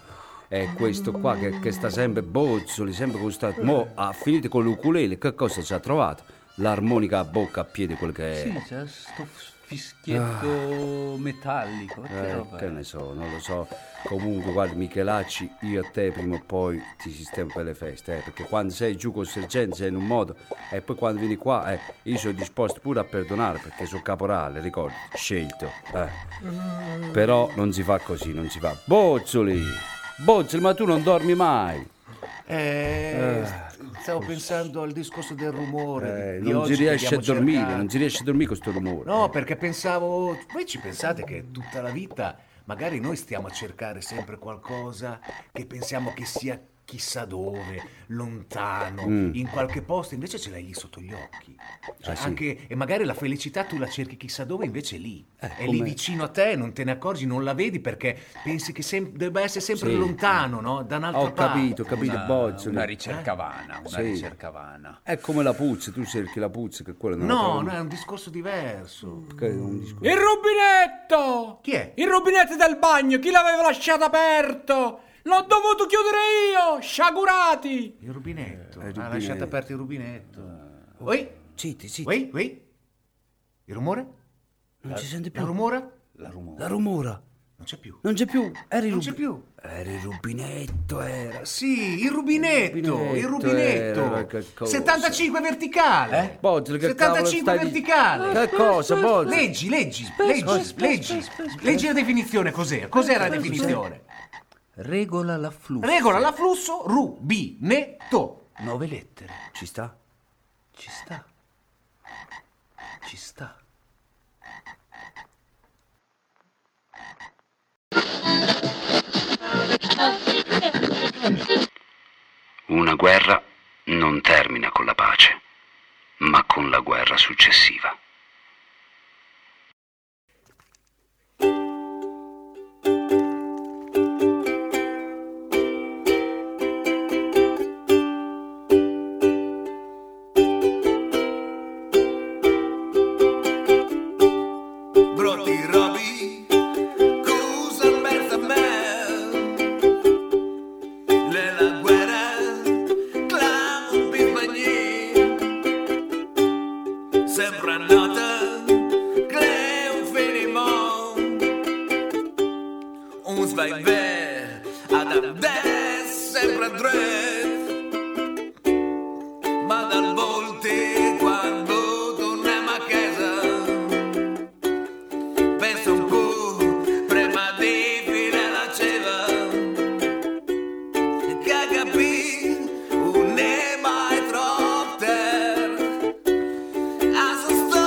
[SPEAKER 2] E questo qua che, che sta sempre bozzoli, sempre con sta. Mo ha finito con l'ukulele. Che cosa ci ha trovato? L'armonica a bocca a piedi, quel che è.
[SPEAKER 5] Sì, c'è sto
[SPEAKER 6] Ah.
[SPEAKER 5] fischietto metallico. Che
[SPEAKER 2] Eh,
[SPEAKER 5] roba.
[SPEAKER 2] che ne so, non lo so. Comunque, guarda, Michelacci, io a te prima o poi ti sistemo per le feste, eh, perché quando sei giù col sergente sei in un modo, e poi quando vieni qua, eh, io sono disposto pure a perdonare, perché sono caporale, ricordi, scelto.
[SPEAKER 5] Mm.
[SPEAKER 2] eh. Però non si fa così, non si fa. Bozzoli, Bozzoli, ma tu non dormi mai.
[SPEAKER 4] Eh,
[SPEAKER 2] Ah,
[SPEAKER 4] stavo pensando al discorso del rumore.
[SPEAKER 2] Eh,
[SPEAKER 4] di- di
[SPEAKER 2] non si
[SPEAKER 4] oggi che
[SPEAKER 2] riesce a
[SPEAKER 4] abbiamo
[SPEAKER 2] dormire,
[SPEAKER 4] cercato.
[SPEAKER 2] non si riesce a dormire con sto rumore.
[SPEAKER 4] No, perché pensavo, voi ci pensate che tutta la vita magari noi stiamo a cercare sempre qualcosa che pensiamo che sia chissà dove, lontano,
[SPEAKER 2] Mm.
[SPEAKER 4] in qualche posto, invece ce l'hai lì sotto gli occhi. Cioè,
[SPEAKER 2] Ah, sì.
[SPEAKER 4] anche- e magari la felicità tu la cerchi chissà dove, invece è lì. è lì
[SPEAKER 2] Eh, come-
[SPEAKER 4] vicino a te, non te ne accorgi, non la vedi perché pensi che sem- debba essere sempre
[SPEAKER 2] Sì.
[SPEAKER 4] lontano, no? Da un'altra
[SPEAKER 2] Ho
[SPEAKER 4] parte.
[SPEAKER 2] capito, ho capito,
[SPEAKER 5] Una-
[SPEAKER 2] Bozzoli.
[SPEAKER 5] Una ricercavana, una
[SPEAKER 2] Sì.
[SPEAKER 5] ricercavana.
[SPEAKER 2] È come la puzza, tu cerchi la puzza, che quella non la
[SPEAKER 4] Esatto. No,
[SPEAKER 2] trovi.
[SPEAKER 4] no, è un discorso diverso.
[SPEAKER 2] Che è un discorso.
[SPEAKER 3] Il rubinetto!
[SPEAKER 4] Chi è?
[SPEAKER 3] Il rubinetto del bagno, chi l'aveva lasciato aperto? L'ho dovuto chiudere io, sciagurati!
[SPEAKER 4] Il rubinetto.
[SPEAKER 2] il
[SPEAKER 4] Ha
[SPEAKER 2] Eh, rubinetto. Eh.
[SPEAKER 4] lasciato aperto il rubinetto. Oi,
[SPEAKER 2] Zitti, zitti.
[SPEAKER 4] oi, oi. Il rumore?
[SPEAKER 2] Non si sente
[SPEAKER 4] Il
[SPEAKER 6] Eh,
[SPEAKER 4] rumore?
[SPEAKER 2] La rumora.
[SPEAKER 4] Non c'è più.
[SPEAKER 2] Non c'è più. Eri
[SPEAKER 4] Non c'è più.
[SPEAKER 2] Era il rubinetto, era.
[SPEAKER 4] Sì, il rubinetto, il
[SPEAKER 2] Rubinetto era
[SPEAKER 4] rubinetto.
[SPEAKER 2] che cosa.
[SPEAKER 4] 75 verticale.
[SPEAKER 2] Bozzoli, che cavolo
[SPEAKER 4] 75
[SPEAKER 2] stai di-
[SPEAKER 4] verticale.
[SPEAKER 2] Che cosa, Bozzoli?
[SPEAKER 4] Leggi, leggi, leggi, leggi. Leggi la definizione, cos'è? Cos'è la definizione?
[SPEAKER 5] Regola l'afflusso.
[SPEAKER 4] Regola l'afflusso rubinetto.
[SPEAKER 5] Nove lettere.
[SPEAKER 2] Ci sta?
[SPEAKER 5] Ci sta. Ci sta.
[SPEAKER 14] Una guerra non termina con la pace, ma con la guerra successiva.
[SPEAKER 12] Broti Robi, cosa pensa a me? Nella guerra, clamo pimpagni, sempre nata, cleo finimon, un svaiver, ad abdes, sempre a dret, ma dal volte quando torniamo a casa, penso un po' prima di finire la cena che capì un è mai troppo tardi. Adesso sto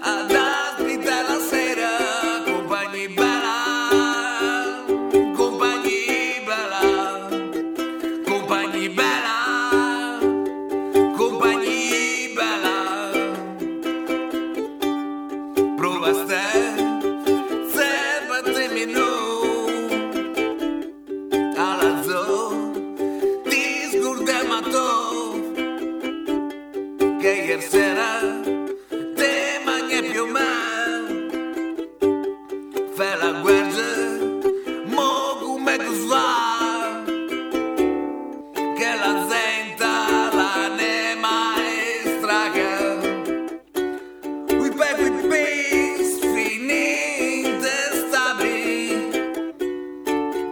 [SPEAKER 12] ad aspettare la sera compagni bella compagni bella compagni bella compagni bella Prova stai, sempre dimmi no Alla zoo, ti scordiamo a tu Che ieri sera, te mangi più me Fai la guerra, mo come tu sva Che la zenta la ne maestra che We play with bass, finite stabili.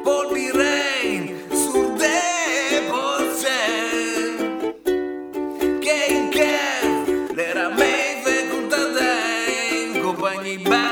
[SPEAKER 12] Polvi rain sur de porce. Che in che l'era me fecuta dei compagni belli.